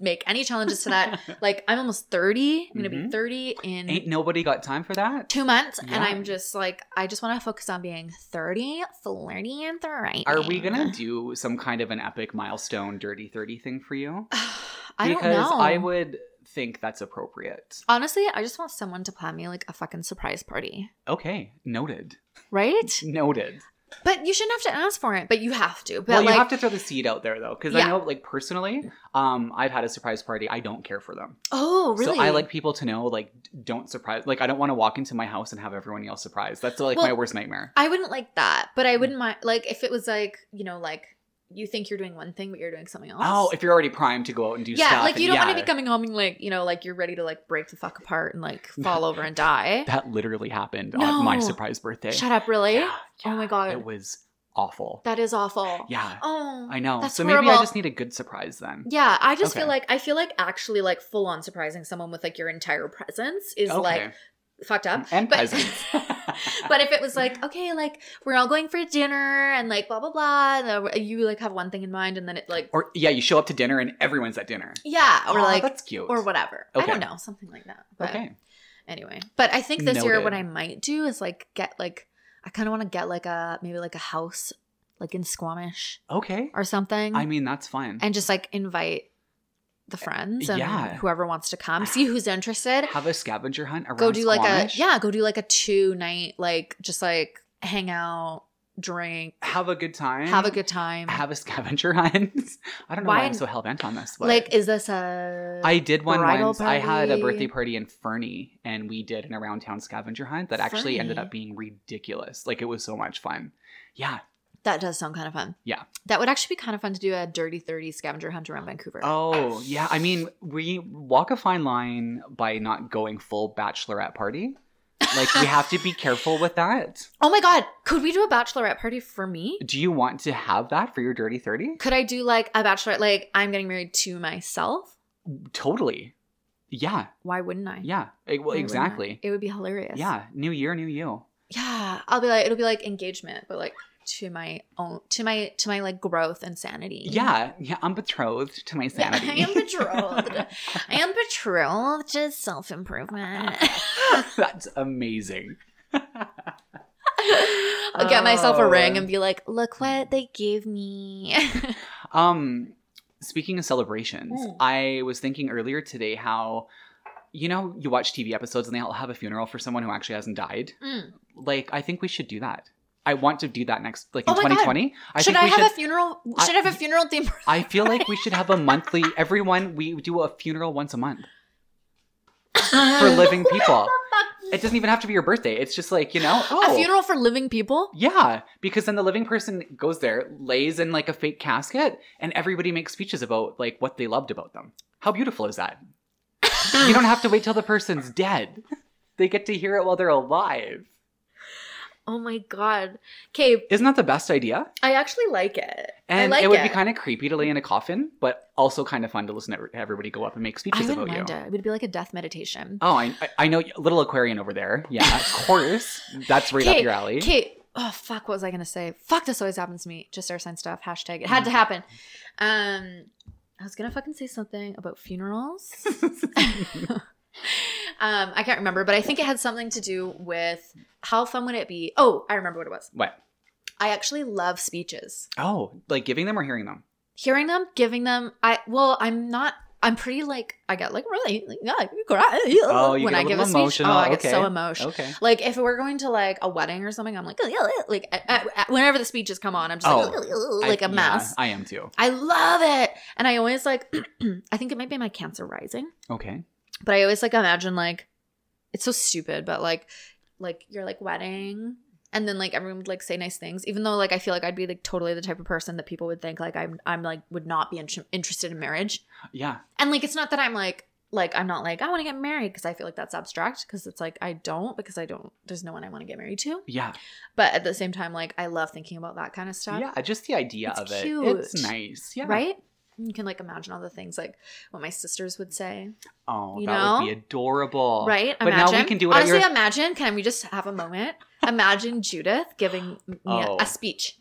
Speaker 2: make any challenges to
Speaker 1: (laughs)
Speaker 2: that like i'm almost 30 i'm gonna be
Speaker 1: Mhm.
Speaker 2: 30 in
Speaker 1: Ain't nobody got time for that.
Speaker 2: two months
Speaker 1: Yeah.
Speaker 2: and i'm just like i just want to focus on being 30 flirty and thriving
Speaker 1: Are we gonna do some kind of an epic milestone dirty thirty thing for you?
Speaker 2: (sighs) i don't
Speaker 1: because
Speaker 2: know
Speaker 1: I would think that's appropriate.
Speaker 2: honestly i just want someone to plan me like a fucking surprise party
Speaker 1: Okay, noted.
Speaker 2: right
Speaker 1: Noted.
Speaker 2: but you shouldn't have to ask for it but you have to but
Speaker 1: well,
Speaker 2: like
Speaker 1: you have to throw the seed out there though, because
Speaker 2: Yeah.
Speaker 1: I know, like personally, um, I've had a surprise party. I don't care for them,
Speaker 2: oh really
Speaker 1: so I like people to know, like, d- don't surprise. Like, I don't want to walk into my house and have everyone else surprised. That's like
Speaker 2: Well,
Speaker 1: my worst nightmare.
Speaker 2: I wouldn't like that, but I wouldn't mind like if it was like you know like you think you're doing one thing but you're doing something else.
Speaker 1: Oh, if you're already primed to go out and do
Speaker 2: yeah,
Speaker 1: stuff,
Speaker 2: like you
Speaker 1: and
Speaker 2: don't want
Speaker 1: yeah.
Speaker 2: to be coming home and like you know like you're ready to like break the fuck apart and like fall over and die.
Speaker 1: That literally happened on my
Speaker 2: No.
Speaker 1: surprise birthday.
Speaker 2: Shut up, really?
Speaker 1: Yeah,
Speaker 2: Oh my
Speaker 1: yeah,
Speaker 2: God.
Speaker 1: it was awful.
Speaker 2: That is awful.
Speaker 1: yeah,
Speaker 2: Oh,
Speaker 1: I know.
Speaker 2: that's
Speaker 1: so maybe I
Speaker 2: horrible.
Speaker 1: just need a good surprise then.
Speaker 2: yeah. I just feel
Speaker 1: Okay.
Speaker 2: like I feel like actually like full on surprising someone with like your entire presence is like fucked
Speaker 1: (laughs)
Speaker 2: up.
Speaker 1: and
Speaker 2: but-
Speaker 1: peasants.
Speaker 2: (laughs) But if it was like, okay, like we're all going for dinner and like blah blah blah, and, uh, you like have one thing in mind and then it like
Speaker 1: (laughs) or yeah, you show up to dinner and everyone's at dinner.
Speaker 2: yeah, or
Speaker 1: Aw,
Speaker 2: like
Speaker 1: that's cute.
Speaker 2: or whatever. I don't
Speaker 1: Okay.
Speaker 2: know, something like that. But
Speaker 1: okay.
Speaker 2: anyway, but I think this year
Speaker 1: Noted.
Speaker 2: what I might do is like get like I kind of want to get like a maybe like a house like in Squamish
Speaker 1: Okay.
Speaker 2: or something,
Speaker 1: I mean, that's fun.
Speaker 2: and just like invite the friends and
Speaker 1: Yeah.
Speaker 2: whoever wants to come, see who's interested.
Speaker 1: Have a scavenger hunt (sighs) around.
Speaker 2: Go do like a
Speaker 1: Squamish.
Speaker 2: yeah, go do like a two night like just like hang out, drink,
Speaker 1: Have a good time.
Speaker 2: have a good time.
Speaker 1: Have a scavenger (laughs) hunt. I don't know why,
Speaker 2: Why-
Speaker 1: I'm so hell bent on this. But
Speaker 2: like, is this a
Speaker 1: I did one
Speaker 2: bridal
Speaker 1: once. I had a
Speaker 2: party?
Speaker 1: birthday party in Fernie, and we did an around town scavenger hunt that actually ended
Speaker 2: Fernie?
Speaker 1: up being ridiculous. Like it was so much fun. Yeah.
Speaker 2: that does sound kind of fun.
Speaker 1: Yeah.
Speaker 2: that would actually be kind of fun to do a dirty thirty scavenger hunt around Vancouver.
Speaker 1: Oh yeah. I mean, we walk a fine line by not going full bachelorette party. Like we have
Speaker 2: (laughs)
Speaker 1: to be careful with that.
Speaker 2: Oh my god, could we do a bachelorette party for me?
Speaker 1: Do you want to have that for your dirty thirty?
Speaker 2: Could I do like a bachelorette like I'm getting married to myself?
Speaker 1: Totally. Yeah.
Speaker 2: Why wouldn't I?
Speaker 1: Yeah. Eh,
Speaker 2: Why
Speaker 1: Well,
Speaker 2: wouldn't I?
Speaker 1: exactly.
Speaker 2: It would be hilarious.
Speaker 1: Yeah. New year, new you.
Speaker 2: Yeah. I'll be like it'll be like engagement, but like to my own to my to my like growth and sanity.
Speaker 1: Yeah. Yeah. I'm betrothed to my
Speaker 2: Yeah,
Speaker 1: sanity.
Speaker 2: (laughs) I am betrothed. I am betrothed to self improvement.
Speaker 1: (laughs) That's amazing.
Speaker 2: I'll get myself a ring
Speaker 1: Oh.
Speaker 2: and be like, look what they gave me.
Speaker 1: Um, speaking of celebrations,
Speaker 2: Mm.
Speaker 1: I was thinking earlier today how, you know, you watch TV episodes and they all have a funeral for someone who actually hasn't died.
Speaker 2: Mm.
Speaker 1: Like, I think we should do that. I want to do that next, like in
Speaker 2: Oh my God.
Speaker 1: 2020. I
Speaker 2: should
Speaker 1: think
Speaker 2: I
Speaker 1: we
Speaker 2: have
Speaker 1: should.
Speaker 2: a funeral
Speaker 1: I-
Speaker 2: should I have a funeral theme?
Speaker 1: I feel like we should have a
Speaker 2: (laughs)
Speaker 1: monthly. Everyone, we do a funeral once a month for living
Speaker 2: (laughs)
Speaker 1: people. It doesn't even have to be your birthday. It's just like you know, oh,
Speaker 2: (gasps) A funeral for living people?
Speaker 1: Yeah, because then the living person goes there, lays in like a fake casket, and everybody makes speeches about like what they loved about them. How beautiful is that? you don't have to wait till the person's dead. They get to hear it while they're alive.
Speaker 2: Oh my god. Okay,
Speaker 1: Isn't that the best idea?
Speaker 2: I actually like it.
Speaker 1: And
Speaker 2: I like
Speaker 1: it would be kind of creepy to lay in a coffin, but also kind of fun to listen to everybody go up and make
Speaker 2: I
Speaker 1: speeches
Speaker 2: wouldn't
Speaker 1: about
Speaker 2: mind
Speaker 1: you.
Speaker 2: it. It would be like a death meditation.
Speaker 1: Oh, I, I- I know little aquarium over there.
Speaker 2: (laughs)
Speaker 1: Yeah, of course. That's right up
Speaker 2: Okay,
Speaker 1: your alley.
Speaker 2: Okay. Oh fuck, what was I gonna say? Fuck, this always happens to me. Just air sign stuff. Hashtag. It had
Speaker 1: Mm-hmm.
Speaker 2: to happen. Um, I was gonna fucking say something
Speaker 1: (laughs)
Speaker 2: about funerals. um, I can't remember, but I think it had something to do with how fun would it be? Oh, I remember what it was.
Speaker 1: What?
Speaker 2: I actually love speeches.
Speaker 1: Oh, like giving them or hearing them?
Speaker 2: Hearing them, giving them. I well, I'm not. I'm pretty like I get like really like, yeah, you cry (laughs)
Speaker 1: Oh, you
Speaker 2: when
Speaker 1: get a
Speaker 2: I give
Speaker 1: little
Speaker 2: a speech. Oh,
Speaker 1: emotional.
Speaker 2: I get
Speaker 1: Okay.
Speaker 2: so emotional.
Speaker 1: Okay.
Speaker 2: Like if we're going to like a wedding or something, I'm like, like uh, uh, whenever the speeches come on, I'm just like, like
Speaker 1: a
Speaker 2: a mess.
Speaker 1: Oh, I am too.
Speaker 2: I love it, and I always like. (clears throat) I think it might be my cancer rising,
Speaker 1: Okay.
Speaker 2: but I always like imagine like, it's so stupid, but like, like your like wedding, and then like everyone would like say nice things, even though like I feel like I'd be like totally the type of person that people would think like I'm I'm like would not be in- interested in marriage,
Speaker 1: Yeah.
Speaker 2: and like it's not that I'm like like I'm not like I want to get married because I feel like that's abstract because it's like I don't because I don't there's no one I want to get married to.
Speaker 1: Yeah.
Speaker 2: But at the same time, like I love thinking about that kind of stuff.
Speaker 1: Yeah. Just the idea
Speaker 2: It's
Speaker 1: of it.
Speaker 2: cute.
Speaker 1: It's nice. Yeah.
Speaker 2: Right? You can like imagine all the things like what my sisters would say.
Speaker 1: Oh,
Speaker 2: You
Speaker 1: that would
Speaker 2: know?
Speaker 1: be adorable.
Speaker 2: Right?
Speaker 1: But now
Speaker 2: imagine.
Speaker 1: we can do it at
Speaker 2: Honestly,
Speaker 1: your-
Speaker 2: imagine. Can we just have a moment? imagine Judith giving me a-
Speaker 1: Oh.
Speaker 2: a, speech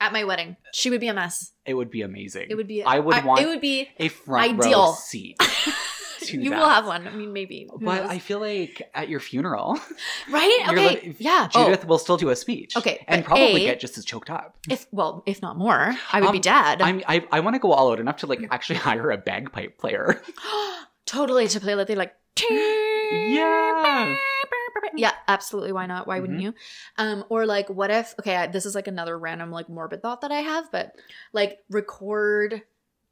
Speaker 2: at my wedding. She would be a mess.
Speaker 1: It would be amazing.
Speaker 2: It would be
Speaker 1: I would want
Speaker 2: it would be
Speaker 1: a front row
Speaker 2: ideal. (laughs)
Speaker 1: seat. (laughs) to
Speaker 2: you
Speaker 1: that.
Speaker 2: will have one. I mean maybe. Who
Speaker 1: But
Speaker 2: knows?
Speaker 1: I feel like at your funeral, (laughs)
Speaker 2: right?
Speaker 1: you're
Speaker 2: Okay.
Speaker 1: lit-
Speaker 2: yeah. Oh,
Speaker 1: Judith will still do a speech.
Speaker 2: Okay,
Speaker 1: And
Speaker 2: but
Speaker 1: probably
Speaker 2: A-
Speaker 1: get just as choked up.
Speaker 2: if well, if not more, I would
Speaker 1: Um,
Speaker 2: be dead.
Speaker 1: I'm, I, I want to go all out enough to
Speaker 2: Mm.
Speaker 1: like actually (laughs) hire a bagpipe
Speaker 2: (laughs)
Speaker 1: player.
Speaker 2: (gasps) totally to play like they like
Speaker 1: (gasps) yeah.
Speaker 2: yeah absolutely why not why wouldn't
Speaker 1: Mhm.
Speaker 2: you um or like what if okay I, this is like another random like morbid thought that i have but like record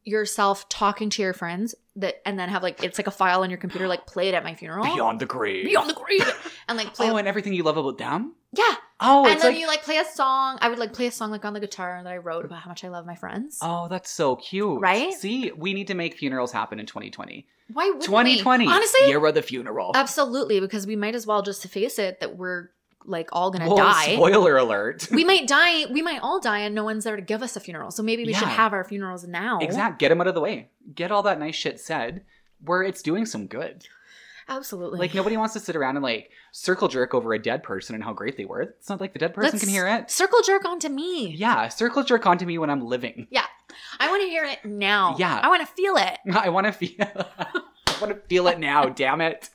Speaker 2: yourself talking to your friends that and then have like it's like a file on your computer like play it at my funeral
Speaker 1: Beyond the grave.
Speaker 2: Beyond the grave and like play
Speaker 1: Oh, and everything you love about them?
Speaker 2: yeah
Speaker 1: Oh,
Speaker 2: and
Speaker 1: it's
Speaker 2: then
Speaker 1: like,
Speaker 2: you like play a song i would like play a song like on the guitar that i wrote about how much i love my friends
Speaker 1: oh, that's so cute.
Speaker 2: Right?
Speaker 1: See, we need to make funerals happen in 2020.
Speaker 2: why wouldn't
Speaker 1: 2020.
Speaker 2: we? honestly
Speaker 1: year of the funeral.
Speaker 2: absolutely because we might as well just face it that we're like all gonna
Speaker 1: Whoa,
Speaker 2: die
Speaker 1: Spoiler alert.
Speaker 2: we might die we might all die and no one's there to give us a funeral so maybe we should
Speaker 1: Yeah.
Speaker 2: have our funerals now
Speaker 1: Exact. Get them out of the way. Get all that nice shit said where it's doing some good.
Speaker 2: absolutely
Speaker 1: Like nobody wants to sit around and like circle jerk over a dead person and how great they were. It's not like the dead person
Speaker 2: Let's
Speaker 1: can hear it.
Speaker 2: circle jerk onto me
Speaker 1: Yeah, circle jerk onto me when I'm living. (laughs)
Speaker 2: i want to hear it now
Speaker 1: Yeah.
Speaker 2: i want to feel it
Speaker 1: I want to feel. (laughs) I want to feel it
Speaker 2: (laughs)
Speaker 1: now. damn it.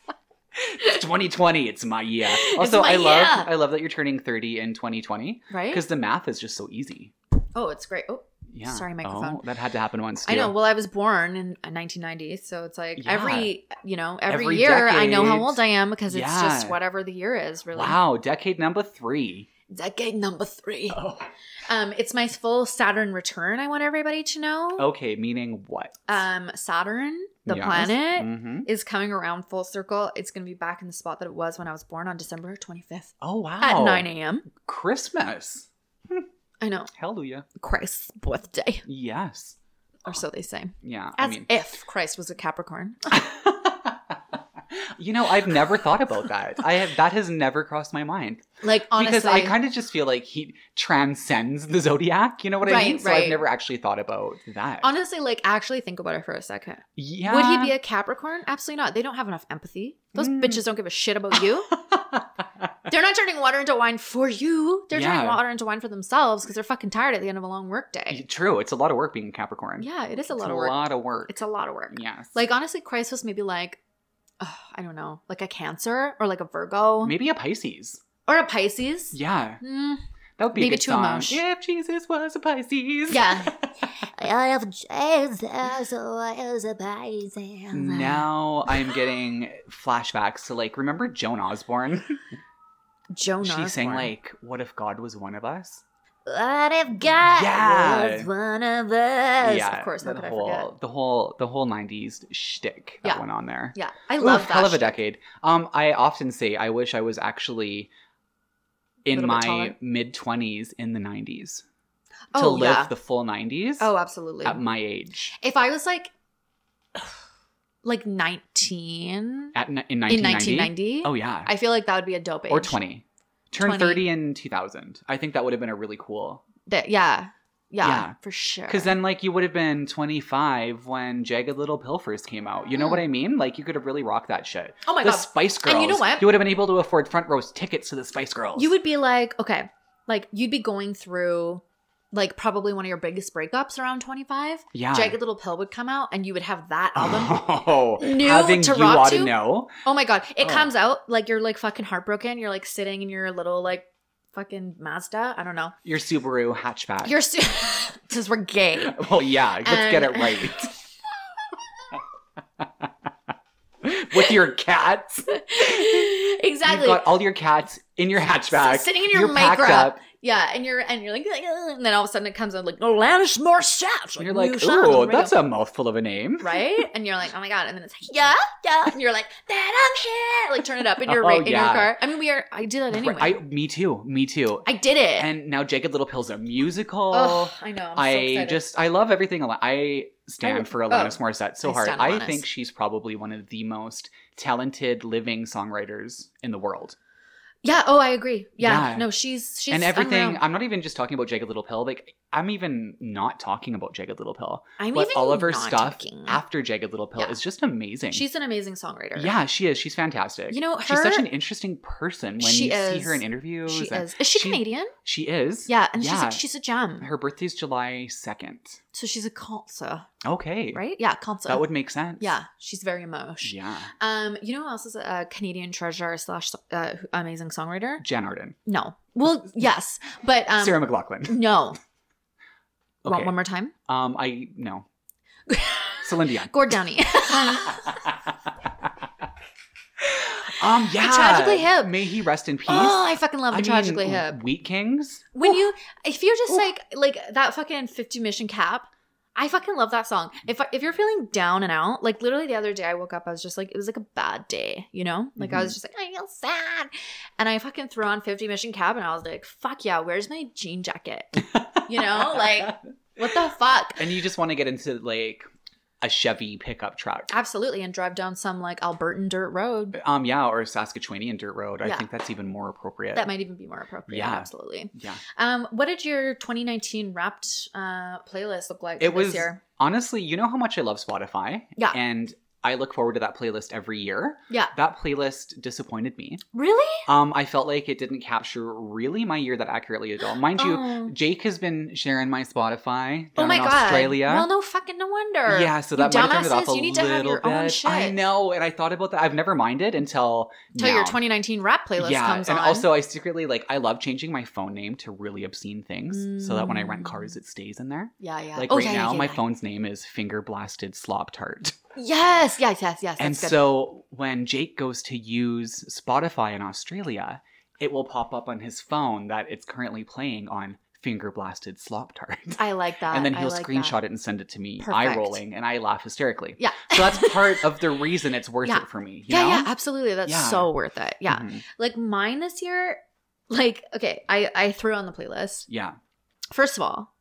Speaker 1: It's 2020. It's my year. Also,
Speaker 2: my
Speaker 1: I love.
Speaker 2: year.
Speaker 1: I love that you're turning 30 in 2020
Speaker 2: right
Speaker 1: because the math is just so easy.
Speaker 2: oh it's great oh
Speaker 1: Yeah.
Speaker 2: Sorry,
Speaker 1: Oh,
Speaker 2: microphone.
Speaker 1: that had to happen once. Too.
Speaker 2: i know well i was born in 1990 so it's like
Speaker 1: Yeah.
Speaker 2: every you know every,
Speaker 1: Every
Speaker 2: year i know how
Speaker 1: decade.
Speaker 2: old i am because it's
Speaker 1: Yeah.
Speaker 2: just whatever the year is really
Speaker 1: Wow, decade number three.
Speaker 2: decade number three
Speaker 1: Oh.
Speaker 2: um it's my full saturn return i want everybody to know
Speaker 1: Okay, meaning what?
Speaker 2: um saturn the
Speaker 1: Yes.
Speaker 2: planet
Speaker 1: Mhm.
Speaker 2: is coming around full circle. It's going to be back in the spot that it was when I was born on December 25th
Speaker 1: Oh wow.
Speaker 2: at 9 a.m.
Speaker 1: Christmas.
Speaker 2: I know,
Speaker 1: Hallelujah.
Speaker 2: Christ's birthday,
Speaker 1: Yes.
Speaker 2: or so they say.
Speaker 1: Yeah. I
Speaker 2: As
Speaker 1: mean, (laughs)
Speaker 2: if Christ was a Capricorn.
Speaker 1: you know, I've never thought about that. I have that has never crossed my mind
Speaker 2: Like, honestly.
Speaker 1: because I kind of just feel like he transcends the zodiac. You know what I
Speaker 2: Right,
Speaker 1: mean? So
Speaker 2: right.
Speaker 1: I've never actually thought about that.
Speaker 2: Honestly, like actually think about it for a second.
Speaker 1: yeah. (laughs)
Speaker 2: Would he be a Capricorn? Absolutely not. They don't have enough empathy. Those
Speaker 1: Mm.
Speaker 2: bitches don't give a shit about you. (laughs) they're not turning water into wine for you. They're turning
Speaker 1: Yeah.
Speaker 2: water into wine for themselves because they're fucking tired at the end of a long work day.
Speaker 1: True. It's a lot of work being a Capricorn.
Speaker 2: Yeah, it is a
Speaker 1: It's
Speaker 2: lot of work.
Speaker 1: A lot of work.
Speaker 2: It's a lot of work.
Speaker 1: yes.
Speaker 2: Like honestly, Christ was maybe like, ugh, I don't know, like a Cancer or like a Virgo
Speaker 1: maybe a Pisces.
Speaker 2: or a Pisces.
Speaker 1: Yeah.
Speaker 2: Mm,
Speaker 1: That would be
Speaker 2: Maybe
Speaker 1: a good
Speaker 2: too
Speaker 1: song.
Speaker 2: emotion-
Speaker 1: If Jesus was a Pisces. (laughs)
Speaker 2: yeah.
Speaker 3: I love Jesus,
Speaker 1: oh,
Speaker 3: was a Pisces.
Speaker 1: Now
Speaker 2: (laughs)
Speaker 1: I'm getting flashbacks to like remember Joan Osborne?
Speaker 2: Joan.
Speaker 1: she sang
Speaker 2: Osborne.
Speaker 1: like "What if God was one of us?"
Speaker 3: What if God
Speaker 1: Yeah.
Speaker 3: was one of us?
Speaker 2: of course, how
Speaker 1: the
Speaker 2: could I
Speaker 1: whole
Speaker 2: forget?
Speaker 1: the whole the whole '90s shtick that
Speaker 2: Yeah.
Speaker 1: went on there.
Speaker 2: Yeah, I
Speaker 1: Oof,
Speaker 2: love that.
Speaker 1: hell of a
Speaker 2: shit.
Speaker 1: decade. Um, I often say I wish I was actually in
Speaker 2: Little bit
Speaker 1: my
Speaker 2: taller.
Speaker 1: mid twenties in the '90s
Speaker 2: Oh
Speaker 1: to live
Speaker 2: yeah.
Speaker 1: the full '90s
Speaker 2: oh, absolutely.
Speaker 1: at my age
Speaker 2: if I was like, (sighs) like nineteen
Speaker 1: at ni- in
Speaker 2: in
Speaker 1: 1990.
Speaker 2: nineteen ninety,
Speaker 1: Oh yeah,
Speaker 2: I feel like that would be a dope age.
Speaker 1: or 20. Turned
Speaker 2: 20.
Speaker 1: 30 in 2000. I think that would have been a really cool.
Speaker 2: That- yeah, yeah,
Speaker 1: Yeah.
Speaker 2: for sure.
Speaker 1: Because then, like, you would have been 25 when Jagged Little Pill first came out. You know
Speaker 2: Mm.
Speaker 1: what I mean? Like, you could have really rocked that shit.
Speaker 2: oh my
Speaker 1: the
Speaker 2: god,
Speaker 1: Spice Girls.
Speaker 2: And you know what?
Speaker 1: You would have been able to afford front row tickets to the Spice Girls.
Speaker 2: you would be like, okay, like you'd be going through like probably one of your biggest breakups around 25.
Speaker 1: Yeah.
Speaker 2: Jagged Little Pill would come out, and you would have that
Speaker 1: (laughs)
Speaker 2: album.
Speaker 1: Oh,
Speaker 2: New
Speaker 1: having
Speaker 2: to
Speaker 1: you
Speaker 2: rock
Speaker 1: ought to
Speaker 2: to?
Speaker 1: know.
Speaker 2: oh my god, it
Speaker 1: Oh.
Speaker 2: comes out like you're like fucking heartbroken. You're like sitting in your little like fucking Mazda. I don't know.
Speaker 1: Your Subaru hatchback.
Speaker 2: You're (laughs) because we're gay.
Speaker 1: (laughs) well, yeah. Let's get it
Speaker 2: And- (laughs)
Speaker 1: right. (laughs) With your cats. You've
Speaker 2: exactly.
Speaker 1: got all your cats in your hatchback.
Speaker 2: S- sitting in your
Speaker 1: You're packed
Speaker 2: micro.
Speaker 1: up.
Speaker 2: Yeah, and you're and you're like, "Ugh," and then all of a sudden it comes out like, Alanis Morissette.
Speaker 1: And you're like,
Speaker 2: new song on the
Speaker 1: ooh,
Speaker 2: radio."
Speaker 1: that's a mouthful of a name.
Speaker 2: right, and you're like, oh my god, and then it's like, yeah, yeah, and you're like, that I'm here, like turn it up in
Speaker 1: (laughs)
Speaker 2: your
Speaker 1: Oh,
Speaker 2: ra- in
Speaker 1: yeah.
Speaker 2: your car. I mean, we are. I did that anyway.
Speaker 1: I, me too. Me too.
Speaker 2: I, did it.
Speaker 1: And now Jagged Little Pill's a musical.
Speaker 2: Ugh, I know. I'm so
Speaker 1: I
Speaker 2: excited.
Speaker 1: just I love everything. Al- I stand
Speaker 2: I-
Speaker 1: for Alanis Morissette so
Speaker 2: I
Speaker 1: hard.
Speaker 2: stand
Speaker 1: I
Speaker 2: Alanis.
Speaker 1: think she's probably one of the most talented living songwriters in the world.
Speaker 2: yeah. Oh, I agree. Yeah.
Speaker 1: Yeah.
Speaker 2: No, she's she's
Speaker 1: and everything. uh,
Speaker 2: unreal.
Speaker 1: I'm not even just talking about Jagged Little Pill. Like I'm even not talking about Jagged Little Pill.
Speaker 2: I'm
Speaker 1: but
Speaker 2: even
Speaker 1: all of her
Speaker 2: not
Speaker 1: stuff
Speaker 2: talking.
Speaker 1: After Jagged Little Pill
Speaker 2: Mm. Yeah.
Speaker 1: is just amazing.
Speaker 2: She's an amazing songwriter.
Speaker 1: yeah, she is. She's fantastic.
Speaker 2: You know, her,
Speaker 1: she's such an interesting person when
Speaker 2: She
Speaker 1: you see her in
Speaker 2: is.
Speaker 1: interviews.
Speaker 2: she
Speaker 1: and-
Speaker 2: is. Is she,
Speaker 1: she-
Speaker 2: Canadian?
Speaker 1: She is.
Speaker 2: Yeah, and she's
Speaker 1: Yeah.
Speaker 2: a, she's a gem.
Speaker 1: Her birthday's July second.
Speaker 2: so she's a concert,
Speaker 1: Okay.
Speaker 2: right? Yeah, concert.
Speaker 1: That would make sense.
Speaker 2: Yeah, she's very emotional.
Speaker 1: Yeah.
Speaker 2: Um, you know who else is a Canadian treasure slash uh, amazing songwriter?
Speaker 1: Jan Arden.
Speaker 2: No. Well, yes, but um,
Speaker 1: Sarah McLaughlin.
Speaker 2: no.
Speaker 1: Okay.
Speaker 2: Want one more time? (laughs)
Speaker 1: Um, I no. Celine Dion. (laughs)
Speaker 2: Gord Downey.
Speaker 1: um, yeah.
Speaker 2: Tragically Hip.
Speaker 1: May he rest in peace.
Speaker 2: oh, I fucking love
Speaker 1: I
Speaker 2: the
Speaker 1: mean, oh.
Speaker 2: Tragically Hip.
Speaker 1: Wheat Kings.
Speaker 2: When
Speaker 1: Ooh.
Speaker 2: you, if you're just
Speaker 1: Ooh.
Speaker 2: like like that fucking fifty mission cap. I fucking love that song. If if you're feeling down and out, like literally the other day I woke up, I was just like, it was like a bad day, you know? Like I
Speaker 1: Mm-hmm.
Speaker 2: was just like, I feel sad. And I fucking threw on 50 Mission Cab and I was like, fuck yeah, where's my jean jacket? You know, Oh, like what the fuck?
Speaker 1: (laughs) and you just want to get into like a Chevy pickup truck.
Speaker 2: Absolutely, and drive down some like Albertan dirt road.
Speaker 1: Um, yeah, or Saskatchewan dirt road. I
Speaker 2: Yeah.
Speaker 1: think that's even more appropriate.
Speaker 2: That might even be more appropriate.
Speaker 1: Yeah.
Speaker 2: Absolutely.
Speaker 1: yeah.
Speaker 2: Um, what did your 2019 Wrapped uh, playlist look like?
Speaker 1: It
Speaker 2: for this
Speaker 1: was-
Speaker 2: year?
Speaker 1: Honestly, you know how much I love Spotify.
Speaker 2: Yeah.
Speaker 1: And I look forward to that playlist every year.
Speaker 2: Yeah.
Speaker 1: That playlist disappointed me.
Speaker 2: really.
Speaker 1: Um, I felt like it didn't capture really my year that accurately at all. Mind you,
Speaker 2: Oh.
Speaker 1: Jake has been sharing my Spotify down
Speaker 2: Oh my
Speaker 1: in
Speaker 2: god!
Speaker 1: Australia.
Speaker 2: Well, no fucking no wonder.
Speaker 1: yeah, so
Speaker 2: You
Speaker 1: that might have turned it off
Speaker 2: dumbasses,
Speaker 1: a
Speaker 2: you need to
Speaker 1: little
Speaker 2: have your
Speaker 1: bit.
Speaker 2: own shit.
Speaker 1: I know, and I thought about that. I've never minded until
Speaker 2: Until
Speaker 1: now.
Speaker 2: your 2019 Wrapped playlist
Speaker 1: yeah,
Speaker 2: comes
Speaker 1: and
Speaker 2: on.
Speaker 1: also I secretly like I love changing my phone name to really obscene things, so that when I rent
Speaker 2: Mm.
Speaker 1: cars, it stays in there.
Speaker 2: yeah, yeah.
Speaker 1: Like
Speaker 2: oh,
Speaker 1: right
Speaker 2: yeah, yeah,
Speaker 1: now,
Speaker 2: yeah,
Speaker 1: my
Speaker 2: yeah.
Speaker 1: phone's name is Finger Blasted Slop Tart.
Speaker 2: Yes, yes, yes, yes.
Speaker 1: And
Speaker 2: that's good.
Speaker 1: so when Jake goes to use Spotify in Australia, it will pop up on his phone that it's currently playing on Finger Blasted Slop Tart.
Speaker 2: I like that.
Speaker 1: And then
Speaker 2: I
Speaker 1: he'll
Speaker 2: like that.
Speaker 1: screenshot it and send it to me, eye
Speaker 2: Perfect.
Speaker 1: rolling, and I laugh hysterically.
Speaker 2: Yeah.
Speaker 1: (laughs) So
Speaker 2: (laughs)
Speaker 1: that's part of the reason it's worth
Speaker 2: Yeah.
Speaker 1: it for me. You
Speaker 2: Yeah,
Speaker 1: know?
Speaker 2: yeah, absolutely. That's
Speaker 1: Yeah.
Speaker 2: so worth it. Yeah.
Speaker 1: Mhm.
Speaker 2: Like mine this year, like okay, I I threw on the playlist.
Speaker 1: Yeah.
Speaker 2: First of all,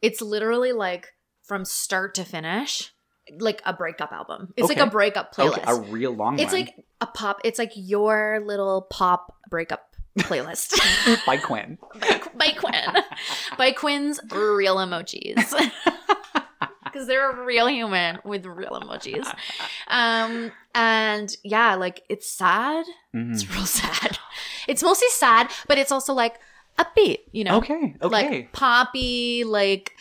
Speaker 2: it's literally like from start to finish, like a breakup album. It's
Speaker 1: Okay.
Speaker 2: like a breakup playlist.
Speaker 1: Okay, a real long
Speaker 2: it's
Speaker 1: one.
Speaker 2: like a pop. It's like your little pop breakup playlist
Speaker 1: (laughs)
Speaker 2: (laughs)
Speaker 1: by Quinn.
Speaker 2: by, by Quinn, by Quinn's
Speaker 1: (laughs)
Speaker 2: real emojis. Because they're a real human with real emojis. Um, and yeah, like it's sad.
Speaker 1: Mhm.
Speaker 2: It's real (laughs) sad. It's mostly sad, but it's also like upbeat, you know?
Speaker 1: Okay. Okay.
Speaker 2: like Poppy, like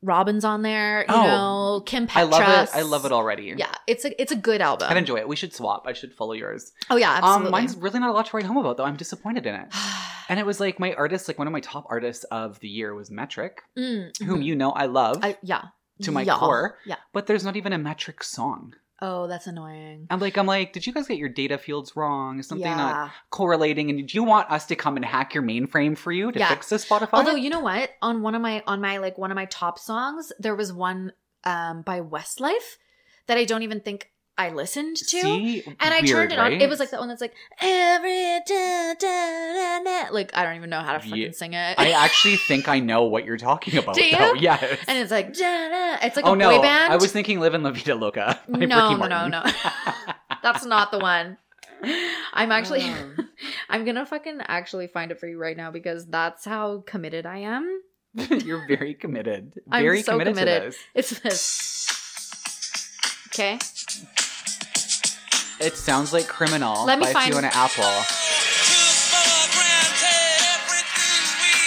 Speaker 2: Robin's on there. You
Speaker 1: Oh.
Speaker 2: know, Kim Petras.
Speaker 1: I love it. I love it already.
Speaker 2: Yeah, it's a it's a good album.
Speaker 1: I enjoy it. We should swap. I should follow yours.
Speaker 2: oh yeah, absolutely.
Speaker 1: Um, mine's really not a lot to write home about, though. I'm disappointed in
Speaker 2: (gasps)
Speaker 1: it. (laughs) And it was like my artist, like one of my top artists of the year was Metric,
Speaker 2: (sighs) Mm,
Speaker 1: whom
Speaker 2: mhm.
Speaker 1: you know I love,
Speaker 2: I, yeah
Speaker 1: to my
Speaker 2: Yeah.
Speaker 1: core.
Speaker 2: Yeah.
Speaker 1: but there's not even a Metric song.
Speaker 2: Oh, that's annoying.
Speaker 1: I'm like, I'm like, did you guys get your data fields wrong? Is something
Speaker 2: yeah.
Speaker 1: not correlating? And do you want us to come and hack your mainframe for you to
Speaker 2: Yeah.
Speaker 1: fix this Spotify?
Speaker 2: Although you know what, on one of my on my like one of my top songs, there was one um by Westlife that I don't even think I listened to.
Speaker 1: See?
Speaker 2: And I
Speaker 1: Weird,
Speaker 2: turned it on.
Speaker 1: right?
Speaker 2: It was like (laughs) that one that's like every da, da, da, da. like I don't even know how to fucking
Speaker 1: Yeah.
Speaker 2: sing it.
Speaker 1: I actually think I know what you're talking about.
Speaker 2: Do you?
Speaker 1: Though. Yes.
Speaker 2: and it's like da, da. it's like
Speaker 1: oh
Speaker 2: a
Speaker 1: no!
Speaker 2: boy band.
Speaker 1: I was thinking "Live in La Vida Loca" (laughs) by
Speaker 2: no,
Speaker 1: (laughs) Ricky
Speaker 2: no,
Speaker 1: Martin.
Speaker 2: no, no. That's not the one. I'm actually
Speaker 1: Oh.
Speaker 2: (laughs) I'm gonna fucking actually find it for you right now because that's how committed I am.
Speaker 1: You're very committed.
Speaker 2: I'm
Speaker 1: Very
Speaker 2: so
Speaker 1: committed,
Speaker 2: committed.
Speaker 1: to this.
Speaker 2: It's this. Okay.
Speaker 1: It sounds like Criminal
Speaker 2: Let me
Speaker 1: by
Speaker 2: find-
Speaker 1: Fiona Apple.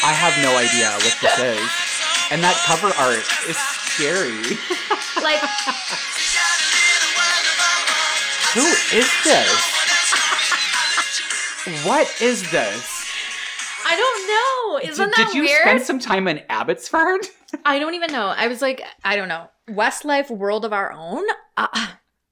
Speaker 1: I have no idea what this is. And that cover art is scary.
Speaker 2: Like
Speaker 1: Who is this? What is this?
Speaker 2: I don't know.
Speaker 1: (laughs)
Speaker 2: Isn't
Speaker 1: Did-
Speaker 2: that
Speaker 1: Did you
Speaker 2: weird?
Speaker 1: spend some time in Abbotsford?
Speaker 2: I don't even know. I was like, I don't know. Westlife World of Our Own. Uh,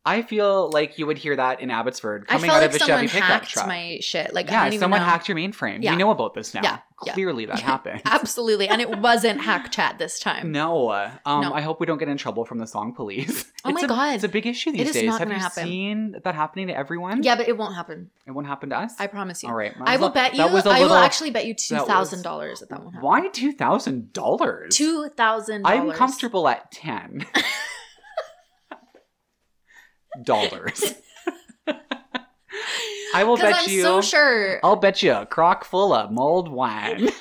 Speaker 1: I feel like you would hear that in Abbotsford
Speaker 2: I
Speaker 1: coming
Speaker 2: felt
Speaker 1: out
Speaker 2: like
Speaker 1: of a Chevy
Speaker 2: someone
Speaker 1: pickup
Speaker 2: hacked
Speaker 1: truck.
Speaker 2: my shit. Like I
Speaker 1: yeah,
Speaker 2: don't even
Speaker 1: someone
Speaker 2: know.
Speaker 1: hacked your mainframe.
Speaker 2: Yeah.
Speaker 1: We know about this now.
Speaker 2: Yeah, yeah.
Speaker 1: Clearly
Speaker 2: (laughs)
Speaker 1: that happened.
Speaker 2: Absolutely, and it wasn't hack chat this time.
Speaker 1: (laughs) No. Um,
Speaker 2: No.
Speaker 1: I hope we don't get in trouble from the song police.
Speaker 2: (laughs) Oh my
Speaker 1: It's a-
Speaker 2: God.
Speaker 1: It's a big issue these
Speaker 2: It is
Speaker 1: days.
Speaker 2: not
Speaker 1: Have
Speaker 2: gonna
Speaker 1: you
Speaker 2: happen.
Speaker 1: seen that happening to everyone?
Speaker 2: Yeah, but it won't happen.
Speaker 1: It won't happen to us?
Speaker 2: I promise you.
Speaker 1: All right.
Speaker 2: I will bet you.
Speaker 1: That was a
Speaker 2: I
Speaker 1: little.
Speaker 2: will actually bet you two
Speaker 1: that was-
Speaker 2: thousand dollars that that won't happen.
Speaker 1: Why $2,000?
Speaker 2: Two thousand.
Speaker 1: I'm comfortable at
Speaker 2: (laughs)
Speaker 1: 10
Speaker 2: (laughs)
Speaker 1: dollars. I will
Speaker 2: Because
Speaker 1: bet
Speaker 2: I'm
Speaker 1: you.
Speaker 2: so sure.
Speaker 1: I'll bet you a crock full of mulled wine.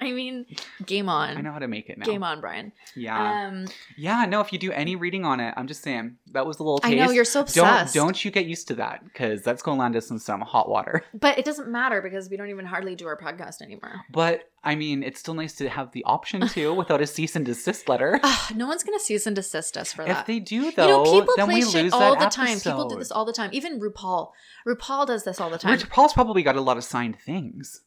Speaker 2: I mean, game on.
Speaker 1: I know how to make it now.
Speaker 2: Game on, Brian.
Speaker 1: Yeah.
Speaker 2: um,
Speaker 1: yeah, no, if you do any reading on it, I'm just saying, that was the little taste.
Speaker 2: I know you're so
Speaker 1: don't
Speaker 2: obsessed.
Speaker 1: don't you get used to that because that's going to land us in some hot water. (laughs)
Speaker 2: But it doesn't matter because we don't even hardly do our podcast anymore.
Speaker 1: But I mean, it's still nice to have the option to without a cease and desist
Speaker 2: (laughs)
Speaker 1: letter.
Speaker 2: Ugh, no one's gonna cease and desist us for
Speaker 1: if
Speaker 2: that.
Speaker 1: they do
Speaker 2: you
Speaker 1: though,
Speaker 2: know, people
Speaker 1: then
Speaker 2: play
Speaker 1: we
Speaker 2: shit
Speaker 1: lose
Speaker 2: all
Speaker 1: that
Speaker 2: the time. People do
Speaker 1: episode.
Speaker 2: this all the time. Even RuPaul. RuPaul does this all the time.
Speaker 1: RuPaul's probably got a lot of signed
Speaker 2: (laughs)
Speaker 1: things.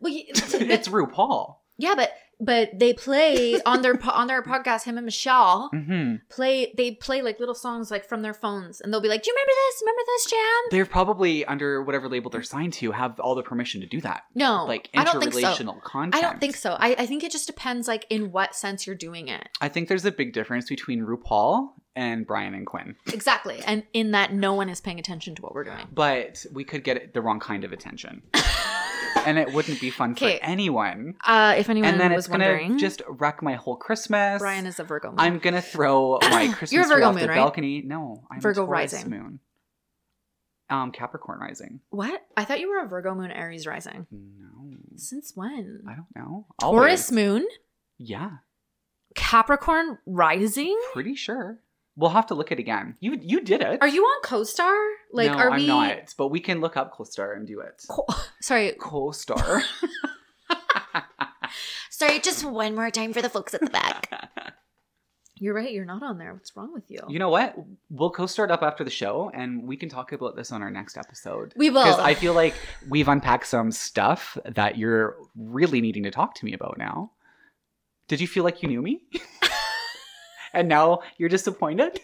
Speaker 2: Well, y-
Speaker 1: it's RuPaul.
Speaker 2: (laughs) yeah, but but they play on their po- on their podcast. Him and Michelle
Speaker 1: hmm
Speaker 2: play. They play like little songs like from their phones, and they'll be like, "Do you remember this? Remember this jam?"
Speaker 1: They're probably under whatever label they're signed to have all the permission to do that,
Speaker 2: No,
Speaker 1: like
Speaker 2: Oh, I don't think so.
Speaker 1: interrelational content.
Speaker 2: I don't think so. I, I think it just depends, like in what sense you're doing it
Speaker 1: I think there's a big difference between RuPaul and Brian and Quinn,
Speaker 2: exactly, and in that no one is paying attention to what we're doing.
Speaker 1: but we could get the wrong kind of
Speaker 2: (laughs)
Speaker 1: attention, and it wouldn't be fun
Speaker 2: Okay.
Speaker 1: for anyone.
Speaker 2: Uh, if anyone
Speaker 1: and then
Speaker 2: was
Speaker 1: it's gonna
Speaker 2: wondering,
Speaker 1: just wreck my whole Christmas.
Speaker 2: Brian is a Virgo. Moon.
Speaker 1: I'm gonna throw my Christmas
Speaker 2: (coughs) You're a Virgo
Speaker 1: tree off
Speaker 2: moon,
Speaker 1: the
Speaker 2: right?
Speaker 1: balcony. No, I'm a
Speaker 2: Virgo
Speaker 1: Taurus
Speaker 2: rising.
Speaker 1: moon. Um, Capricorn rising.
Speaker 2: what? I thought you were a Virgo Moon, Aries rising.
Speaker 1: No,
Speaker 2: Since when?
Speaker 1: I don't know.
Speaker 2: Taurus
Speaker 1: Always.
Speaker 2: Moon,
Speaker 1: Yeah,
Speaker 2: Capricorn rising.
Speaker 1: pretty sure. We'll have to look it again. You you did it.
Speaker 2: Are you on CoStar? Like,
Speaker 1: no,
Speaker 2: are
Speaker 1: I'm
Speaker 2: we?
Speaker 1: not. But we can look up CoStar and do it.
Speaker 2: Co- sorry, (laughs)
Speaker 1: CoStar.
Speaker 3: Sorry, just one more time for the folks at the back.
Speaker 2: (laughs) you're right. You're not on there. What's wrong with you?
Speaker 1: you know what? We'll CoStar it up after the show, and we can talk about this on our next episode.
Speaker 2: we will.
Speaker 1: Because I feel like we've unpacked some stuff that you're really needing to talk to me about now. Did you feel like you knew
Speaker 2: (laughs)
Speaker 1: me? and now you're disappointed?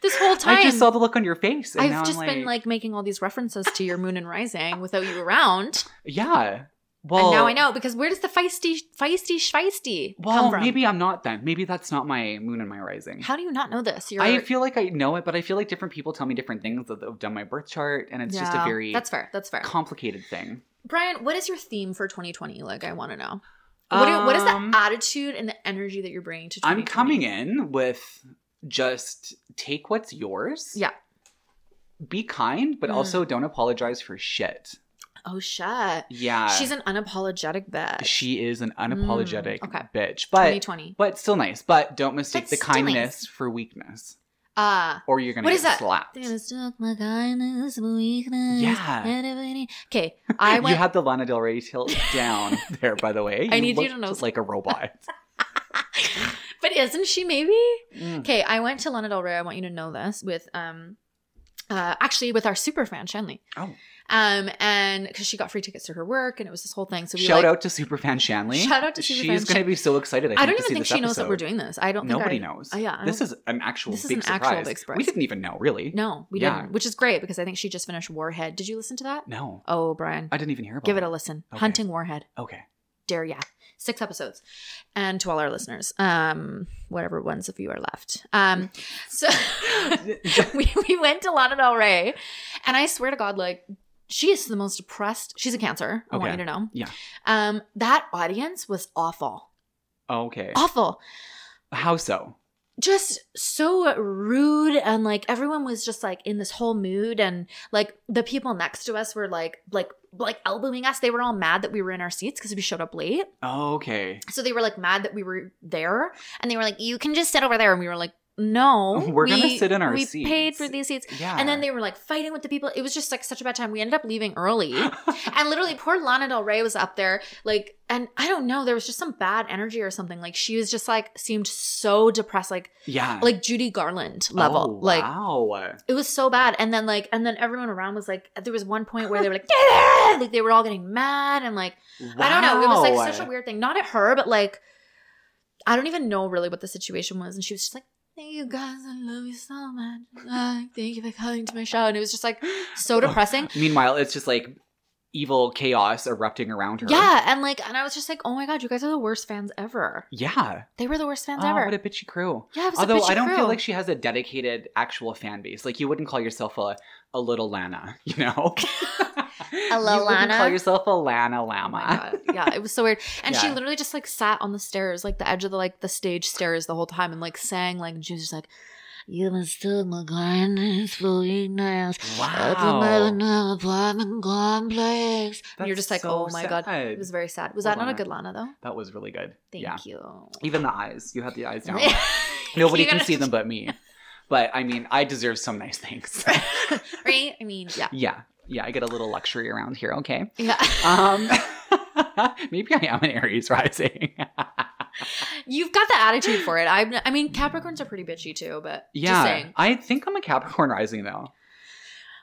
Speaker 2: this whole time.
Speaker 1: I just saw the look on your face. And now
Speaker 2: I've just
Speaker 1: I'm
Speaker 2: been like making all these references to your moon and rising without you around,
Speaker 1: yeah. Well,
Speaker 2: and now I know because where does the feisty, feisty, feisty come
Speaker 1: Well,
Speaker 2: from?
Speaker 1: maybe I'm not then. Maybe that's not my moon and my rising.
Speaker 2: How do you not know this? You're,
Speaker 1: I feel like I know it, but I feel like different people tell me different things that have done my birth chart, and it's just a
Speaker 2: Yeah,
Speaker 1: very
Speaker 2: that's fair. That's fair.
Speaker 1: complicated thing.
Speaker 2: Brian, what is your theme for 2020? Like, I want to know. What, do- what is
Speaker 1: Um,
Speaker 2: the attitude and the energy that you're bringing to?
Speaker 1: I'm
Speaker 2: 2020?
Speaker 1: coming in with just take what's yours.
Speaker 2: Yeah.
Speaker 1: Be kind, but
Speaker 2: Mm.
Speaker 1: also don't apologize for shit.
Speaker 2: Oh shit!
Speaker 1: Yeah.
Speaker 2: She's an unapologetic bitch.
Speaker 1: she is an unapologetic
Speaker 2: Mm, okay.
Speaker 1: bitch. But
Speaker 2: 2020.
Speaker 1: but still nice. But don't mistake
Speaker 3: But
Speaker 1: the
Speaker 3: still nice.
Speaker 1: kindness for weakness.
Speaker 2: Ah,
Speaker 1: Or you're gonna
Speaker 2: What
Speaker 1: get
Speaker 2: is that?
Speaker 1: slapped.
Speaker 3: Damn, it's just my kindness, weakness.
Speaker 1: Yeah.
Speaker 3: Everybody-
Speaker 2: okay.
Speaker 1: (laughs)
Speaker 2: I
Speaker 1: you
Speaker 2: went.
Speaker 1: had the Lana Del Rey
Speaker 2: (laughs)
Speaker 1: tilt down there, by the way.
Speaker 2: I need you to
Speaker 1: looked
Speaker 2: know something.
Speaker 1: like a robot.
Speaker 2: (laughs) but isn't she maybe?
Speaker 1: (laughs) Mm.
Speaker 2: Okay, I went to Lana Del Rey. I want you to know this with um, uh, actually with our super fan Shanley.
Speaker 1: Oh.
Speaker 2: Um, and because she got free tickets to her work, and it was this whole thing. So we
Speaker 1: Shout
Speaker 2: like,
Speaker 1: out to Superfan Shanley.
Speaker 2: Shout out to
Speaker 1: She's
Speaker 2: Superfan
Speaker 1: going to be so excited. I,
Speaker 2: I
Speaker 1: think,
Speaker 2: don't
Speaker 1: to
Speaker 2: even
Speaker 1: see
Speaker 2: think
Speaker 1: this
Speaker 2: she knows that
Speaker 1: episode.
Speaker 2: we're doing this. I don't.
Speaker 1: Nobody
Speaker 2: think I,
Speaker 1: knows.
Speaker 2: Oh, yeah, I
Speaker 1: this
Speaker 2: don't-
Speaker 1: is an actual
Speaker 2: This is
Speaker 1: big
Speaker 2: an actual
Speaker 1: surprise.
Speaker 2: big surprise.
Speaker 1: We didn't even know, really.
Speaker 2: No, we
Speaker 1: Yeah.
Speaker 2: didn't, which is great because I think she just finished Warhead. Did you listen to that?
Speaker 1: No.
Speaker 2: Oh, Brian,
Speaker 1: I didn't even hear about
Speaker 2: give it a listen.
Speaker 1: Okay.
Speaker 2: Hunting Warhead. (laughs)
Speaker 1: Okay. (laughs)
Speaker 2: Dare ya. Six episodes. And to all our listeners, um, whatever ones of you are left. Um, so (laughs) we, we went to Lana Del Rey, and I swear to God, like, she is the most depressed. She's a cancer. I want you
Speaker 1: Okay.
Speaker 2: to know.
Speaker 1: Yeah.
Speaker 2: Um, that audience was awful.
Speaker 1: Okay.
Speaker 2: Awful.
Speaker 1: How so?
Speaker 2: just so rude and like everyone was just like in this whole mood and like the people next to us were like like like elbowing us they were all mad that we were in our seats because we showed up late
Speaker 1: Oh, okay.
Speaker 2: so they were like mad that we were there and they were like you can just sit over there and we were like no
Speaker 1: (laughs) We're gonna
Speaker 2: we-
Speaker 1: sit in our
Speaker 2: we
Speaker 1: seats." Ah.
Speaker 2: paid for these seats
Speaker 1: Yeah.
Speaker 2: and then they were like fighting with the people it was just like such a bad time we ended up leaving early
Speaker 1: (laughs)
Speaker 2: and literally poor lana del rey was up there like and i don't know there was just some bad energy or something like she was just like seemed so depressed like
Speaker 1: yeah.
Speaker 2: like Judy Garland
Speaker 1: Ah. Oh,
Speaker 2: level. Like
Speaker 1: wow.
Speaker 2: it was so bad. And then like and then everyone around was like there was one point where they
Speaker 1: (laughs)
Speaker 2: were like "Yeah!" like they were all getting mad and like I don't know. It was like such a weird thing. Not at her, but like I don't even know really what the situation was. And she was just like, Thank you guys, I love you so much. Uh, thank you for coming to my show. And it was just like
Speaker 1: (gasps)
Speaker 2: so depressing.
Speaker 1: Meanwhile, it's just like evil chaos erupting around her.
Speaker 2: Yeah, and like and I was just like, Oh my god, you guys are the worst fans ever.
Speaker 1: Yeah.
Speaker 2: They were the worst fans
Speaker 1: Oh,
Speaker 2: ever.
Speaker 1: what a bitchy crew.
Speaker 2: yeah, it was
Speaker 1: Although
Speaker 2: a bitchy
Speaker 1: I don't
Speaker 2: crew.
Speaker 1: feel like she has a dedicated actual fan base. Like you wouldn't call yourself a, a little Lana, (laughs) you
Speaker 2: (laughs)
Speaker 1: know?
Speaker 2: A little
Speaker 1: you wouldn't
Speaker 2: Lana?
Speaker 1: call yourself a Lana
Speaker 2: Oh my
Speaker 1: Lama.
Speaker 2: god. Yeah, it was so
Speaker 1: (laughs)
Speaker 2: weird. And she
Speaker 1: Yeah.
Speaker 2: literally just like sat on the stairs, like the edge of the like the stage stairs the whole time and like sang like and she was just like
Speaker 3: You must do my kindness for your nails.
Speaker 2: Oh
Speaker 3: Up in my
Speaker 1: wow.
Speaker 3: little apartment complex.
Speaker 2: and you're
Speaker 1: That's
Speaker 2: just like,
Speaker 1: so
Speaker 2: Oh my god. It
Speaker 1: sad.
Speaker 2: was very sad. Was
Speaker 1: Poor
Speaker 2: that not a
Speaker 1: Lana.
Speaker 2: good Lana though?
Speaker 1: that was really good.
Speaker 2: Thank
Speaker 1: yeah.
Speaker 2: you.
Speaker 1: Even the eyes. You had the eyes down. Nobody
Speaker 2: (laughs) You
Speaker 1: can
Speaker 2: gotta-
Speaker 1: see them but me. But I mean, I deserve some nice things.
Speaker 2: (laughs) right? I mean, yeah.
Speaker 1: yeah. Yeah, I get a little luxury around here, okay?
Speaker 2: Yeah.
Speaker 1: Um (laughs) maybe I am an Aries rising. (laughs)
Speaker 2: You've got the attitude for it. I'm I mean Capricorns are pretty bitchy too, but just
Speaker 1: yeah.
Speaker 2: saying.
Speaker 1: I think I'm a Capricorn rising though.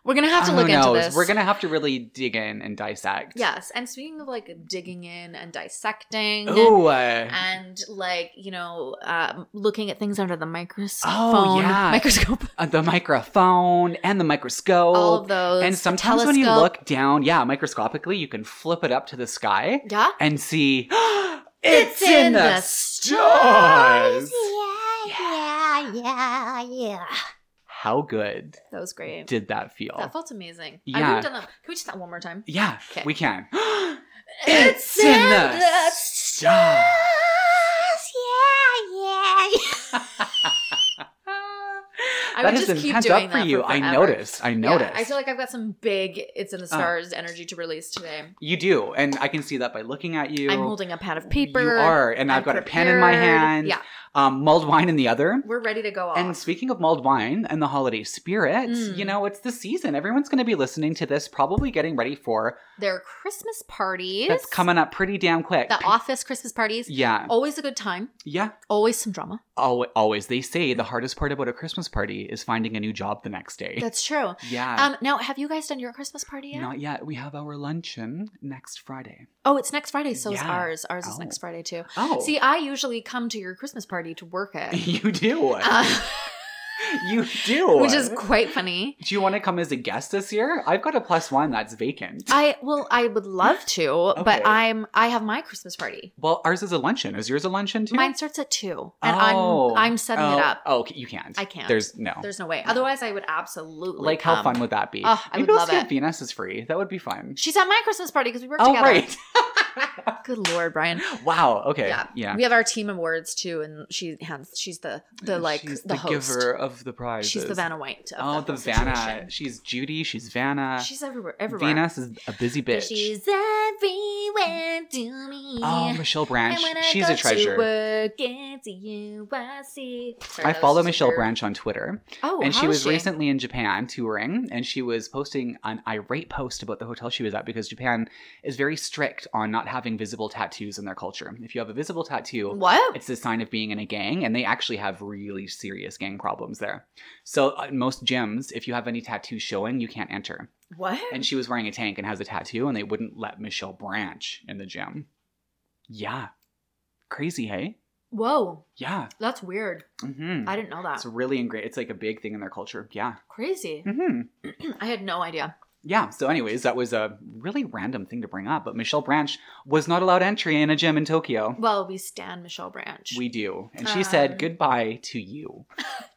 Speaker 2: We're gonna have to
Speaker 1: Who
Speaker 2: look into
Speaker 1: knows?
Speaker 2: this.
Speaker 1: We're gonna have to really dig in and dissect.
Speaker 2: Yes. And speaking of like digging in and dissecting
Speaker 1: Oh. Uh,
Speaker 2: and like you know um, looking at things under the microscope
Speaker 1: Oh, yeah.
Speaker 2: microscope
Speaker 1: uh, the microphone and the microscope.
Speaker 2: all of those
Speaker 1: and
Speaker 2: the
Speaker 1: sometimes when you
Speaker 2: telescope.
Speaker 1: look down, yeah, microscopically, you can flip it up to the sky
Speaker 2: yeah
Speaker 1: and see (gasps)
Speaker 2: It's in the
Speaker 1: stars.
Speaker 3: Yeah, yeah, yeah, yeah.
Speaker 1: How good
Speaker 2: that was great
Speaker 1: did that feel?
Speaker 2: that felt amazing I
Speaker 1: Yeah.
Speaker 2: haven't done that. can we just do that one more time
Speaker 1: yeah,
Speaker 2: 'Kay.
Speaker 1: we can. (gasps)
Speaker 3: It's in the
Speaker 1: stars.
Speaker 3: Yeah, yeah.
Speaker 2: I
Speaker 1: that
Speaker 2: would
Speaker 1: has
Speaker 2: just
Speaker 1: been
Speaker 2: keep
Speaker 1: pent
Speaker 2: doing
Speaker 1: up
Speaker 2: that
Speaker 1: for
Speaker 2: for
Speaker 1: you. I
Speaker 2: forever.
Speaker 1: noticed. I
Speaker 2: Yeah,
Speaker 1: noticed.
Speaker 2: I feel like I've got some big "It's in
Speaker 1: Oh.
Speaker 2: the Stars" energy to release today.
Speaker 1: you do, and I can see that by looking at you.
Speaker 2: I'm holding a pad of paper.
Speaker 1: You are, and
Speaker 2: i
Speaker 1: I've got a pen in my hand.
Speaker 2: Yeah,
Speaker 1: Um, mulled wine in the other.
Speaker 2: we're ready to go off.
Speaker 1: And speaking of mulled wine and the holiday spirit,
Speaker 2: Mm.
Speaker 1: you know, it's the season. Everyone's going to be listening to this, probably getting ready for
Speaker 2: Their Christmas parties.
Speaker 1: that's coming up pretty damn quick.
Speaker 2: The office Christmas parties.
Speaker 1: yeah.
Speaker 2: Always a good time.
Speaker 1: Yeah.
Speaker 2: Always some drama.
Speaker 1: Al- always. They say the hardest part about a Christmas party is finding a new job the next day.
Speaker 2: That's true.
Speaker 1: (laughs) yeah.
Speaker 2: Um, now, have you guys done your Christmas party yet?
Speaker 1: Not yet. We have our luncheon next Friday.
Speaker 2: Oh, it's next Friday. So is
Speaker 1: Yeah.
Speaker 2: ours. Ours is
Speaker 1: Oh.
Speaker 2: next Friday too.
Speaker 1: Oh. (laughs)
Speaker 2: See, I usually come to your Christmas party to work it,
Speaker 1: you do.
Speaker 2: uh,
Speaker 1: (laughs)
Speaker 2: (laughs)
Speaker 1: you do.
Speaker 2: which is quite funny.
Speaker 1: Do you want to come as a guest this year? I've got a plus one that's vacant.
Speaker 2: I well, I would love to,
Speaker 1: Okay.
Speaker 2: but I'm I have my Christmas party.
Speaker 1: well, ours is a luncheon. Is yours a luncheon too?
Speaker 2: Mine starts at two, and
Speaker 1: Oh.
Speaker 2: I'm I'm setting
Speaker 1: Oh,
Speaker 2: it up.
Speaker 1: Oh, you can't.
Speaker 2: I can't.
Speaker 1: There's no.
Speaker 2: There's no way. Otherwise, I would absolutely
Speaker 1: like how
Speaker 2: come.
Speaker 1: fun would that be?
Speaker 2: Ugh, I
Speaker 1: Maybe
Speaker 2: would
Speaker 1: we'll
Speaker 2: love
Speaker 1: see if
Speaker 2: it.
Speaker 1: Venus is free. That would be fun.
Speaker 2: She's at my Christmas party because we work
Speaker 1: Oh
Speaker 2: together.
Speaker 1: right.
Speaker 2: (laughs) Good lord, Brian.
Speaker 1: wow. Okay.
Speaker 2: Yeah.
Speaker 1: Yeah.
Speaker 2: We have our team awards too, and she hands she's the the like
Speaker 1: She's
Speaker 2: the, host.
Speaker 1: giver of the prizes.
Speaker 2: She's the Vanna White. Of
Speaker 1: Oh,
Speaker 2: whole
Speaker 1: the Vanna.
Speaker 2: situation.
Speaker 1: She's Judy. She's Vanna.
Speaker 2: She's everywhere. Everywhere.
Speaker 1: Venus is a busy bitch.
Speaker 3: She's everywhere to me.
Speaker 1: Oh, Michelle Branch.
Speaker 3: And when I
Speaker 1: She's
Speaker 3: go
Speaker 1: a
Speaker 3: to
Speaker 1: treasure.
Speaker 3: work, it's you I see.
Speaker 2: Sorry,
Speaker 1: I
Speaker 2: that was
Speaker 1: follow
Speaker 2: just
Speaker 1: Michelle
Speaker 2: weird.
Speaker 1: Branch on Twitter,
Speaker 2: Oh,
Speaker 1: and
Speaker 2: how
Speaker 1: she
Speaker 2: is
Speaker 1: was recently in Japan touring, and she was posting an irate post about the hotel she was at because Japan is very strict on not having visible tattoos in their culture. If you have a visible tattoo,
Speaker 3: Mm.
Speaker 2: What?
Speaker 1: It's a sign of being in a gang, and they actually have really serious gang problems there. So, uh, in most gyms, if you have any tattoos showing, you can't enter.
Speaker 2: What?
Speaker 1: And she was wearing a tank and has a tattoo, and they wouldn't let Michelle Branch in the gym. Yeah. Crazy, hey?
Speaker 2: Whoa,
Speaker 1: Yeah.
Speaker 2: that's weird.
Speaker 1: hmm
Speaker 2: I didn't know that.
Speaker 1: It's really ingrained. It's like a big thing in their culture. Yeah.
Speaker 2: Crazy.
Speaker 1: hmm
Speaker 2: I had no idea.
Speaker 1: Yeah. So, anyways, that was a really random thing to bring up, but Michelle Branch was not allowed entry in a gym in Tokyo.
Speaker 2: Well, we stand Michelle Branch.
Speaker 1: We do. And she
Speaker 2: Um,
Speaker 1: said goodbye to you.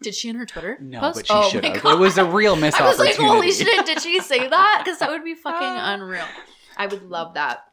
Speaker 2: Did she in her Twitter?
Speaker 1: No,
Speaker 2: post?
Speaker 1: but she
Speaker 2: Oh
Speaker 1: should
Speaker 2: my
Speaker 1: have.
Speaker 2: God.
Speaker 1: It was a real missed
Speaker 2: (laughs) I was like,
Speaker 1: opportunity. (laughs)
Speaker 2: holy shit, did she say that? Because that would be fucking unreal. I would love that.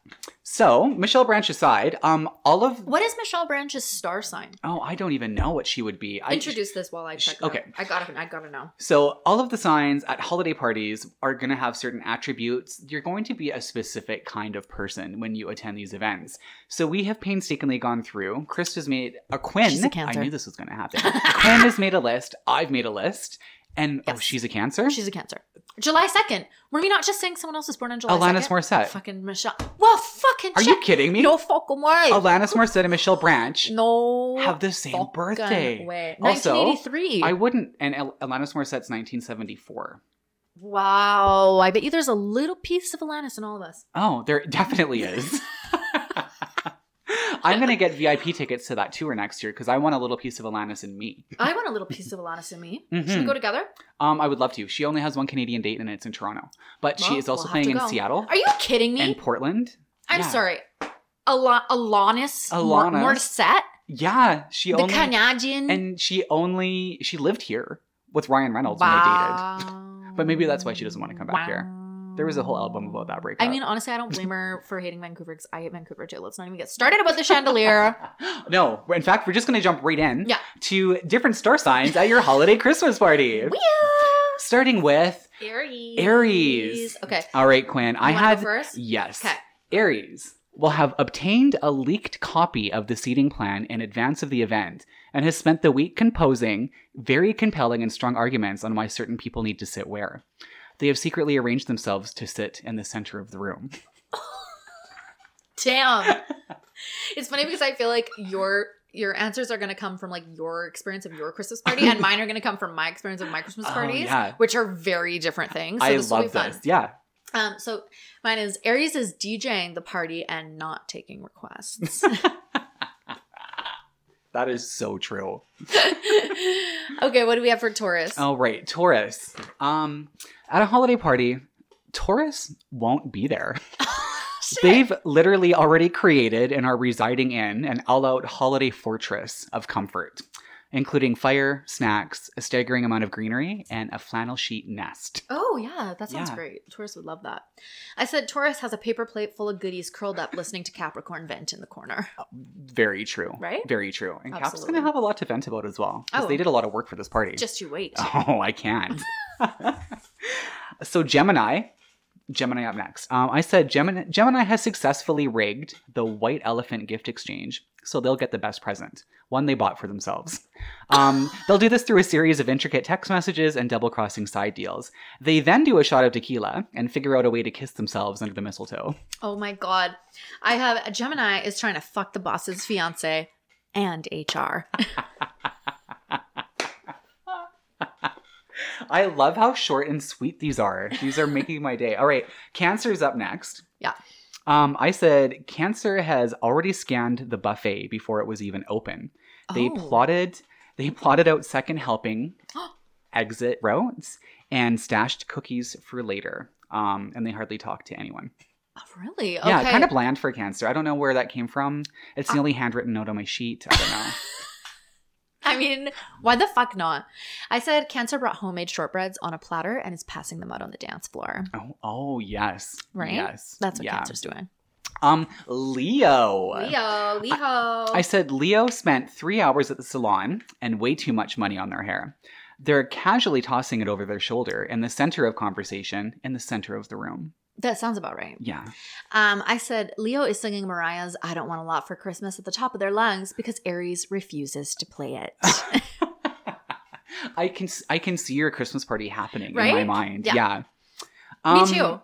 Speaker 1: So, Michelle Branch aside, um, all of
Speaker 2: What is Michelle Branch's star sign?
Speaker 1: oh, I don't even know what she would be. I,
Speaker 2: Introduce this while I
Speaker 1: sh-
Speaker 2: check. it out.
Speaker 1: okay.
Speaker 2: I gotta, I gotta know.
Speaker 1: So, all of the signs at holiday parties are going to have certain attributes. You're going to be a specific kind of person when you attend these events. So, we have painstakingly gone through. Chris has made a Quinn.
Speaker 2: She's a Cancer.
Speaker 1: I knew this was going to happen. (laughs) Quinn has made a list. I've made a list. And oh,
Speaker 2: Yes.
Speaker 1: she's a Cancer?
Speaker 2: She's a Cancer. July second. Were we not just saying someone else was born on July?
Speaker 1: Alanis
Speaker 2: 2nd?
Speaker 1: Morissette.
Speaker 2: Fucking Michelle. Well, fucking.
Speaker 1: Are you
Speaker 2: check.
Speaker 1: kidding me?
Speaker 2: No fucking way.
Speaker 1: Alanis Morissette and Michelle Branch
Speaker 2: no.
Speaker 1: have the same
Speaker 2: fucking
Speaker 1: birthday.
Speaker 2: Way.
Speaker 1: Also,
Speaker 2: 1983.
Speaker 1: I wouldn't. And Al- Alanis Morissette's 1974.
Speaker 2: wow. I bet you there's a little piece of Alanis in all of us.
Speaker 1: Oh, there (laughs) definitely
Speaker 2: (laughs)
Speaker 1: is. I'm gonna get VIP tickets to that tour next year because I want a little piece of Alanis in me.
Speaker 2: I want a little piece of Alanis in me. Should we
Speaker 1: Mhm.
Speaker 2: go together?
Speaker 1: Um, I would love to. She only has one Canadian date and it's in Toronto, but she
Speaker 2: Well,
Speaker 1: is also
Speaker 2: Oh, we'll have
Speaker 1: playing
Speaker 2: to
Speaker 1: in
Speaker 2: go.
Speaker 1: Seattle
Speaker 2: Are you kidding me?
Speaker 1: and Portland.
Speaker 2: I'm
Speaker 1: yeah.
Speaker 2: sorry. Ala- Alanis, Mor-
Speaker 1: Alanis.
Speaker 2: Morissette,
Speaker 1: Yeah, she
Speaker 2: the
Speaker 1: only
Speaker 2: Canadian.
Speaker 1: and she only she lived here with Ryan Reynolds when they dated.
Speaker 2: wow.
Speaker 1: But maybe that's why she doesn't want to come back here. There was a whole album about that breakup.
Speaker 2: I mean, honestly, I don't blame her for hating Vancouver because I hate Vancouver too. Let's not even get started about
Speaker 1: (laughs)
Speaker 2: the chandelier.
Speaker 1: (gasps) no. In fact, we're just gonna jump right in
Speaker 2: Yeah.
Speaker 1: to different star signs at your holiday Christmas
Speaker 2: (laughs)
Speaker 1: party.
Speaker 2: Whee!
Speaker 1: Starting with
Speaker 2: Aries.
Speaker 1: Aries.
Speaker 2: Okay.
Speaker 1: all right, Quinn. I
Speaker 2: You wanna go
Speaker 1: had
Speaker 2: first.
Speaker 1: Yes.
Speaker 2: Okay.
Speaker 1: Aries will have obtained a leaked copy of the seating plan in advance of the event and has spent the week composing very compelling and strong arguments on why certain people need to sit where. They have secretly arranged themselves to sit in the center of the room. (laughs)
Speaker 2: Damn. it's funny because I feel like your your answers are going to come from like your experience of your
Speaker 1: (laughs)
Speaker 2: Christmas party, and mine are going to come from my experience of my Christmas
Speaker 1: Oh,
Speaker 2: parties,
Speaker 1: yeah.
Speaker 2: which are very different things. So
Speaker 1: I
Speaker 2: this will be
Speaker 1: love
Speaker 2: fun.
Speaker 1: this. Yeah.
Speaker 2: Um, so mine is Aries is DJing the party and not taking
Speaker 1: (laughs)
Speaker 2: requests. (laughs)
Speaker 1: That is so true.
Speaker 2: okay, what do we have for Taurus?
Speaker 1: All right, Taurus. Um at a holiday party, Taurus won't be there.
Speaker 2: Shit.
Speaker 1: They've literally already created and are residing in an all out holiday fortress of comfort, including fire, snacks, a staggering amount of greenery, and a flannel sheet nest.
Speaker 2: Oh yeah, that sounds
Speaker 1: Yeah.
Speaker 2: great. Taurus would love that. I said Taurus has a paper plate full of goodies curled up, listening to Capricorn vent in the
Speaker 1: (laughs)
Speaker 2: corner.
Speaker 1: Very true.
Speaker 2: Right?
Speaker 1: Very true. And Cap's going
Speaker 2: Absolutely.
Speaker 1: to have a lot to vent about as well, because
Speaker 2: Oh.
Speaker 1: they did a lot of work for this party.
Speaker 2: Just you wait.
Speaker 1: (laughs) Oh, I can't. (laughs) so Gemini, Gemini up next. Um, I said Gemini, Gemini has successfully rigged the white elephant gift exchange, so they'll get the best present, one they bought for themselves. Um, (laughs) they'll do this through a series of intricate text messages and double crossing side deals. They then do a shot of tequila and figure out a way to kiss themselves under the mistletoe.
Speaker 2: Oh my god. I have Gemini is trying to fuck the boss's fiance and HR.
Speaker 1: I love how short and sweet these are. These are making my day. All right, Cancer's up next.
Speaker 2: Yeah.
Speaker 1: Um, I said Cancer has already scanned the buffet before it was even open. They
Speaker 2: Oh.
Speaker 1: plotted they plotted out second
Speaker 2: (gasps)
Speaker 1: helping exit routes and stashed cookies for later. Um, and they hardly talked to anyone.
Speaker 2: Oh, really? Okay.
Speaker 1: Yeah, kind of bland for Cancer. I don't know where that came from. It's the only handwritten note on my sheet. I don't
Speaker 2: (laughs)
Speaker 1: know.
Speaker 2: I mean, why the fuck not? I said Cancer brought homemade shortbreads on a platter and is passing them out on the dance floor.
Speaker 1: oh, oh, yes.
Speaker 2: Right?
Speaker 1: Yes.
Speaker 2: That's what
Speaker 1: yeah.
Speaker 2: Cancer's doing.
Speaker 1: Um, Leo.
Speaker 2: Leo, Leo. Oh.
Speaker 1: I said Leo spent three hours at the salon and way too much money on their hair. They're casually tossing it over their shoulder in the center of conversation, in the center of the room.
Speaker 2: that sounds about right. (laughs)
Speaker 1: Yeah.
Speaker 2: Um, I said Leo is singing Mariah's I Don't Want a Lot for Christmas at the top of their lungs because Aries refuses to play it. (laughs)
Speaker 1: I can I can see your Christmas party happening in my
Speaker 2: Right?
Speaker 1: mind. Yeah.
Speaker 2: Yeah.
Speaker 1: Um,
Speaker 2: Me too.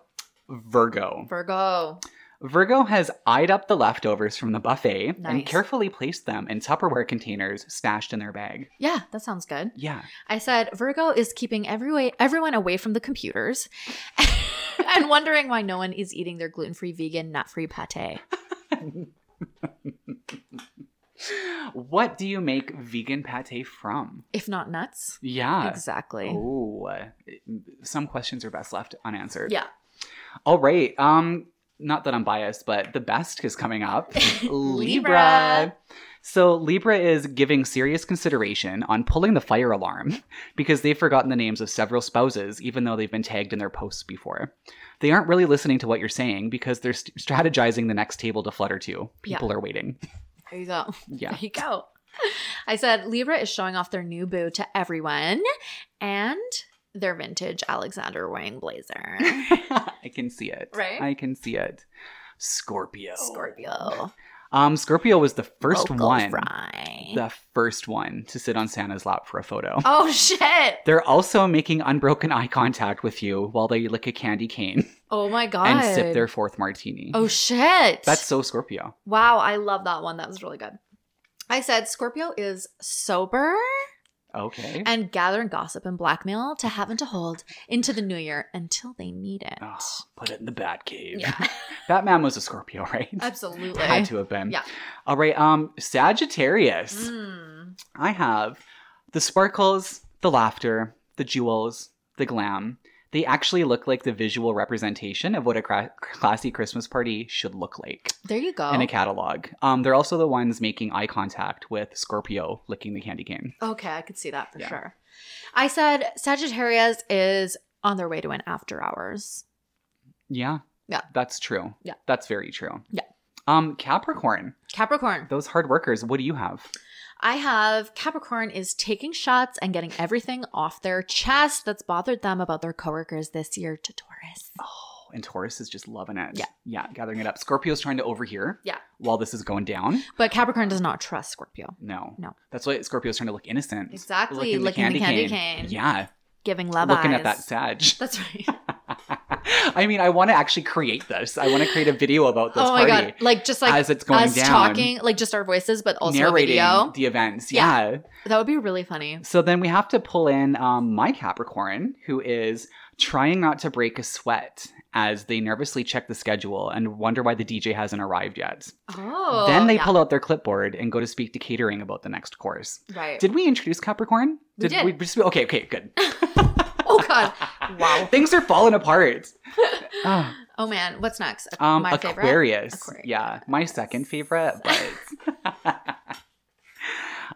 Speaker 1: Virgo.
Speaker 2: Virgo.
Speaker 1: Virgo has eyed up the leftovers from the buffet and
Speaker 2: Nice.
Speaker 1: carefully placed them in Tupperware containers stashed in their bag.
Speaker 2: Yeah, that sounds good.
Speaker 1: Yeah.
Speaker 2: I said Virgo is keeping every way, everyone away from the computers (laughs) and wondering why no one is eating their gluten free, vegan, nut free pate.
Speaker 1: What do you make vegan pate from?
Speaker 2: If not nuts.
Speaker 1: Yeah.
Speaker 2: exactly.
Speaker 1: Oh, some questions are best left unanswered.
Speaker 2: Yeah.
Speaker 1: All right.
Speaker 2: (laughs)
Speaker 1: Um, not that I'm biased, but the best is coming up. Libra.
Speaker 2: Libra.
Speaker 1: So Libra is giving serious consideration on pulling the fire alarm (laughs) because they've forgotten the names of several spouses, even though they've been tagged in their posts before. They aren't really listening to what you're saying because they're st- strategizing the next table to flutter to. People are waiting.
Speaker 2: There you go.
Speaker 1: Yeah. (laughs)
Speaker 2: (laughs) There you go. I said Libra is showing off their new boo to everyone and their vintage Alexander Wang
Speaker 1: (laughs)
Speaker 2: blazer.
Speaker 1: I can see it.
Speaker 2: Right?
Speaker 1: I can see it. Scorpio.
Speaker 2: Scorpio.
Speaker 1: Um, Scorpio was the first
Speaker 2: Vocal
Speaker 1: one,
Speaker 2: Fry.
Speaker 1: the first one to sit on Santa's lap for a photo.
Speaker 2: oh, shit.
Speaker 1: They're also making unbroken eye contact with you while they lick a candy cane
Speaker 2: Oh, my God.
Speaker 1: and sip their fourth martini.
Speaker 2: Oh, shit.
Speaker 1: That's so Scorpio.
Speaker 2: Wow, I love that one. That was really good. I said Scorpio is sober
Speaker 1: Okay.
Speaker 2: and gathering gossip and blackmail to have and to hold into the new year until they need it.
Speaker 1: Oh, put it in the bat cave.
Speaker 2: (laughs) Yeah,
Speaker 1: Batman was a Scorpio, (laughs) right?
Speaker 2: absolutely.
Speaker 1: Had to have been.
Speaker 2: Yeah.
Speaker 1: All right. Um, Sagittarius.
Speaker 2: Mm.
Speaker 1: I have the sparkles, the laughter, the jewels, the glam. They actually look like the visual representation of what a cra- classy Christmas party should look like
Speaker 2: There you go.
Speaker 1: in a catalog. Um, they're also the ones making eye contact with Scorpio licking the candy cane.
Speaker 2: okay, I could see that for
Speaker 1: Yeah.
Speaker 2: sure. I said Sagittarius is on their way to an after hours.
Speaker 1: Yeah.
Speaker 2: Yeah.
Speaker 1: That's true.
Speaker 2: Yeah.
Speaker 1: That's very true.
Speaker 2: Yeah.
Speaker 1: Um, Capricorn,
Speaker 2: Capricorn.
Speaker 1: those hard workers, what do you have?
Speaker 2: I have Capricorn is taking shots and getting everything off their chest that's bothered them about their coworkers this year to Taurus.
Speaker 1: Oh, and Taurus is just loving it.
Speaker 2: Yeah.
Speaker 1: Yeah, gathering it up. Scorpio's trying to overhear.
Speaker 2: Yeah.
Speaker 1: While this is going down.
Speaker 2: But Capricorn does not trust Scorpio.
Speaker 1: No.
Speaker 2: No.
Speaker 1: That's why Scorpio's trying to look innocent.
Speaker 2: Exactly,
Speaker 1: at
Speaker 2: licking the candy cane.
Speaker 1: Yeah.
Speaker 2: Giving love
Speaker 1: looking
Speaker 2: eyes.
Speaker 1: at that Sag.
Speaker 2: That's right.
Speaker 1: (laughs) I mean, I want to actually create this. I want to create a video about this
Speaker 2: oh my
Speaker 1: party
Speaker 2: god! Like just like
Speaker 1: as it's going
Speaker 2: us
Speaker 1: down.
Speaker 2: talking, like just our voices, but also a
Speaker 1: narrating
Speaker 2: video.
Speaker 1: the events.
Speaker 2: Yeah.
Speaker 1: yeah.
Speaker 2: That would be really funny.
Speaker 1: So then we have to pull in um, my Capricorn, who is trying not to break a sweat as they nervously check the schedule and wonder why the DJ hasn't arrived yet.
Speaker 2: Oh.
Speaker 1: then they
Speaker 2: yeah,
Speaker 1: pull out their clipboard and go to speak to catering about the next course.
Speaker 2: right.
Speaker 1: Did we introduce Capricorn?
Speaker 2: We did.
Speaker 1: we just okay? Okay, good.
Speaker 2: oh
Speaker 1: (laughs)
Speaker 2: god! Wow.
Speaker 1: Things are falling
Speaker 2: (laughs)
Speaker 1: apart. Ah.
Speaker 2: Oh man, what's next? Ac-
Speaker 1: Um,
Speaker 2: my favorite.
Speaker 1: Aquarius.
Speaker 2: Aquarius.
Speaker 1: Yeah, my
Speaker 2: (laughs)
Speaker 1: second favorite, but. (laughs)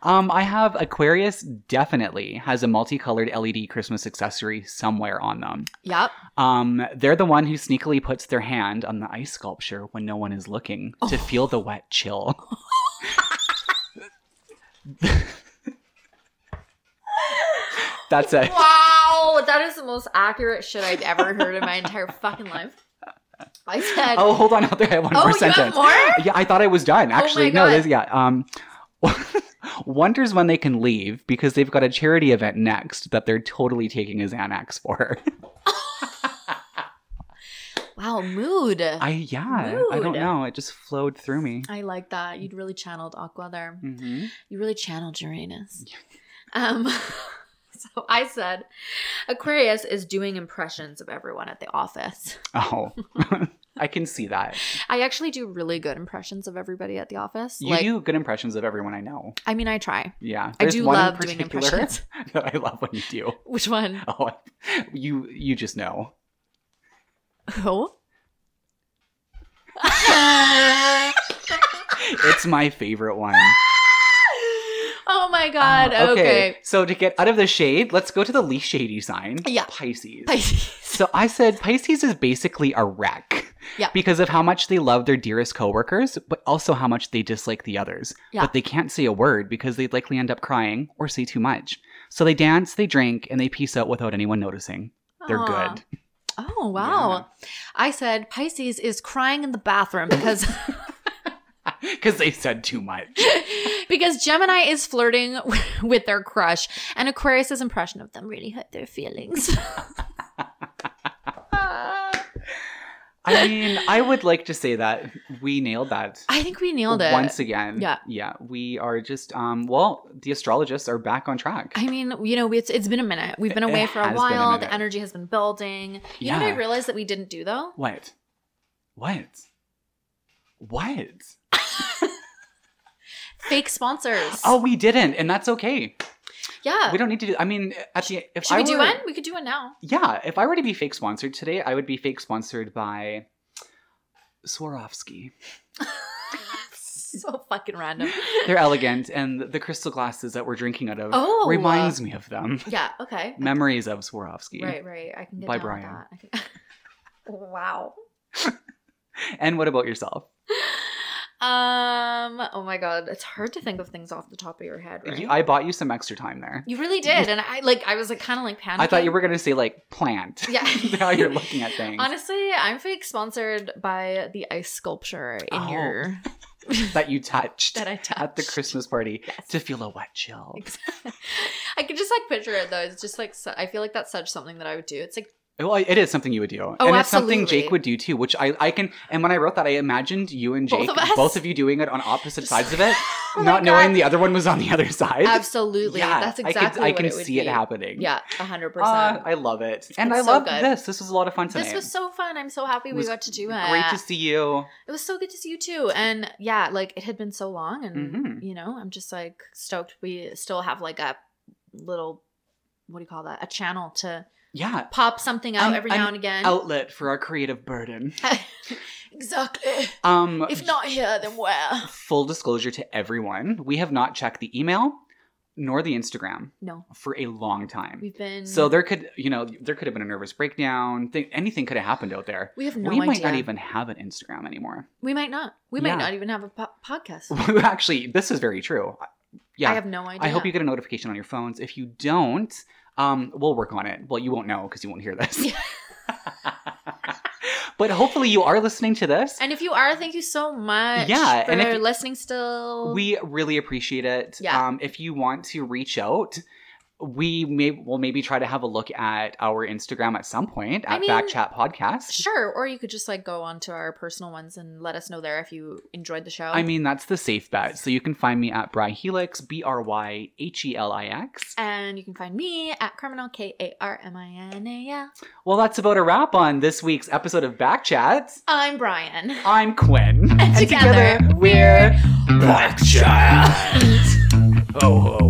Speaker 1: um, I have Aquarius definitely has a multicolored LED Christmas accessory somewhere on them.
Speaker 2: Yep.
Speaker 1: Um, they're the one who sneakily puts their hand on the ice sculpture when no one is
Speaker 2: (laughs)
Speaker 1: looking to feel the wet chill. (laughs) That's it.
Speaker 2: Wow, that is the most accurate shit I've ever heard in my entire fucking life. I said,
Speaker 1: Oh, hold on out there. I have one
Speaker 2: "Oh,
Speaker 1: more
Speaker 2: you have
Speaker 1: sentence. (laughs)
Speaker 2: more?
Speaker 1: Yeah, I thought I was done. Actually, no,
Speaker 2: Oh God.
Speaker 1: this, yeah. Um, (laughs) wonders when they can leave because they've got a charity event next that they're totally taking his Xanax for.
Speaker 2: Wow, mood. I,
Speaker 1: I yeah, I don't
Speaker 2: Mood.
Speaker 1: know. It just flowed through me.
Speaker 2: like that. You'd really channeled Aqua there.
Speaker 1: hmm
Speaker 2: You really channeled Uranus. Um, (laughs) so I said, Aquarius is doing impressions of everyone at the office.
Speaker 1: Oh, (laughs) I can see that.
Speaker 2: I actually do really good impressions of everybody at the office.
Speaker 1: You
Speaker 2: like,
Speaker 1: do good impressions of everyone I know.
Speaker 2: I mean, I try.
Speaker 1: Yeah,
Speaker 2: I
Speaker 1: There's
Speaker 2: do
Speaker 1: one in
Speaker 2: love doing
Speaker 1: particular
Speaker 2: impressions.
Speaker 1: (laughs) that I love when you do. (laughs)
Speaker 2: Which one?
Speaker 1: Oh, you you just know.
Speaker 2: Who?
Speaker 1: Oh. It's my favorite one.
Speaker 2: oh my god.
Speaker 1: Uh,
Speaker 2: okay.
Speaker 1: So to get out of the shade, let's go to the least shady sign.
Speaker 2: Yeah.
Speaker 1: Pisces.
Speaker 2: Pisces. (laughs)
Speaker 1: So I said Pisces is basically a wreck.
Speaker 2: Yeah.
Speaker 1: Because of how much they love their dearest coworkers, but also how much they dislike the others.
Speaker 2: Yeah.
Speaker 1: But they can't say a word because they'd likely end up crying or say too much. So they dance, they drink, and they peace out without anyone noticing. They're
Speaker 2: Aw.
Speaker 1: good. (laughs)
Speaker 2: Oh wow. I said Pisces is crying in the bathroom because (laughs)
Speaker 1: Because they said too much.
Speaker 2: because Gemini is flirting (laughs) with their crush and Aquarius's impression of them really hurt their feelings. (laughs)
Speaker 1: I mean, I would like to say that we nailed that.
Speaker 2: I think we nailed it.
Speaker 1: Once again.
Speaker 2: Yeah.
Speaker 1: Yeah. We are just um well, the astrologists are back on track.
Speaker 2: I mean, you know, it's it's been a minute. We've been
Speaker 1: It-
Speaker 2: away
Speaker 1: it
Speaker 2: for a
Speaker 1: has been a
Speaker 2: while.
Speaker 1: minute.
Speaker 2: the energy has been building. You know what
Speaker 1: Yeah.
Speaker 2: I realized that we didn't do though?
Speaker 1: What? What? What?
Speaker 2: Fake sponsors.
Speaker 1: Oh, we didn't, and that's okay.
Speaker 2: yeah.
Speaker 1: We don't need to do. I mean, at the if
Speaker 2: Should
Speaker 1: I
Speaker 2: we do
Speaker 1: were,
Speaker 2: one? We could do one now. (laughs)
Speaker 1: Yeah, if I were to be fake sponsored today, I would be fake sponsored by Swarovski.
Speaker 2: so fucking random. (laughs)
Speaker 1: They're elegant, and the crystal glasses that we're drinking out of
Speaker 2: Oh,
Speaker 1: reminds me of
Speaker 2: (laughs)
Speaker 1: them.
Speaker 2: yeah. Okay.
Speaker 1: Memories of Swarovski.
Speaker 2: Right. Right. I can get
Speaker 1: By
Speaker 2: down with
Speaker 1: Brian.
Speaker 2: that. (laughs) I can... wow.
Speaker 1: And what about yourself?
Speaker 2: Um. Oh my god, it's hard to think of things off the top of your head, right?
Speaker 1: You- I bought you some extra time there.
Speaker 2: you really did, and I like. I was like kind of like panicking.
Speaker 1: I thought you were going to say, like, plant.
Speaker 2: Yeah.
Speaker 1: how you're looking at things.
Speaker 2: Honestly, I'm fake sponsored by the ice sculpture in
Speaker 1: Oh. (laughs)
Speaker 2: your
Speaker 1: (laughs) that you touched
Speaker 2: that I touched.
Speaker 1: at the Christmas party
Speaker 2: Yes.
Speaker 1: to feel a wet chill.
Speaker 2: (laughs) I could just like picture it though. It's just like su- I feel like that's such something that I would do. It's like
Speaker 1: Well, it is something you would do.
Speaker 2: Oh,
Speaker 1: and it's something
Speaker 2: absolutely.
Speaker 1: Jake would do too, which I, I can. And when I wrote that, I imagined you and
Speaker 2: Both
Speaker 1: Jake,
Speaker 2: of us?
Speaker 1: you doing it on opposite
Speaker 2: (laughs) Just-
Speaker 1: sides of it,
Speaker 2: Oh my
Speaker 1: not knowing
Speaker 2: God.
Speaker 1: the other one was on the other side.
Speaker 2: absolutely. that's
Speaker 1: I could-
Speaker 2: exactly.
Speaker 1: I
Speaker 2: what
Speaker 1: can
Speaker 2: it would
Speaker 1: see it
Speaker 2: be.
Speaker 1: happening.
Speaker 2: Yeah, hundred
Speaker 1: Uh,
Speaker 2: percent.
Speaker 1: I love it. And
Speaker 2: It's
Speaker 1: I
Speaker 2: so
Speaker 1: love
Speaker 2: good.
Speaker 1: this. This was a lot of fun tonight.
Speaker 2: This was so fun. I'm so happy
Speaker 1: It
Speaker 2: we
Speaker 1: was
Speaker 2: got to do it.
Speaker 1: Great to see you.
Speaker 2: it was so good to see you too. And yeah, like it had been so long, and
Speaker 1: Mhm.
Speaker 2: you know, I'm just like stoked. We still have like a little, what do you call that? A channel to
Speaker 1: Yeah.
Speaker 2: pop something out
Speaker 1: An-
Speaker 2: every
Speaker 1: an
Speaker 2: now and again.
Speaker 1: Outlet for our creative burden.
Speaker 2: (laughs) exactly.
Speaker 1: Um,
Speaker 2: If not here, then where?
Speaker 1: full disclosure to everyone, we have not checked the email nor the Instagram
Speaker 2: No,
Speaker 1: for a long time.
Speaker 2: we've been
Speaker 1: So there could, you know, there could have been a nervous breakdown. Th- anything could have happened out there.
Speaker 2: We have no
Speaker 1: we might
Speaker 2: idea.
Speaker 1: not even have an Instagram anymore. (laughs)
Speaker 2: we might not. We
Speaker 1: Yeah.
Speaker 2: might not even have a po- podcast.
Speaker 1: Actually, this is very true. I- Yeah,
Speaker 2: I have no idea.
Speaker 1: I hope you get a notification on your phones. If you don't, um, we'll work on it. Well, you won't know because you won't hear this. (laughs) but hopefully, you are listening to this.
Speaker 2: And if you are, thank you so much.
Speaker 1: Yeah,
Speaker 2: for
Speaker 1: and if you-
Speaker 2: listening still.
Speaker 1: We really appreciate it.
Speaker 2: Yeah.
Speaker 1: Um, if you want to reach out, we may will maybe try to have a look at our Instagram at some point
Speaker 2: I
Speaker 1: at
Speaker 2: mean,
Speaker 1: Back Chat Podcast.
Speaker 2: sure, or you could just like go on to our personal ones and let us know there if you enjoyed the show.
Speaker 1: I mean, that's the safe bet. So you can find me at Bry Helix, B R Y H E L I X.
Speaker 2: And you can find me at Carminal, K A R M I N A L.
Speaker 1: Well, that's about a wrap on this week's episode of Back Chats.
Speaker 2: I'm Brian.
Speaker 1: I'm Quinn.
Speaker 2: And together,
Speaker 1: (laughs) we're Back Chat. oh.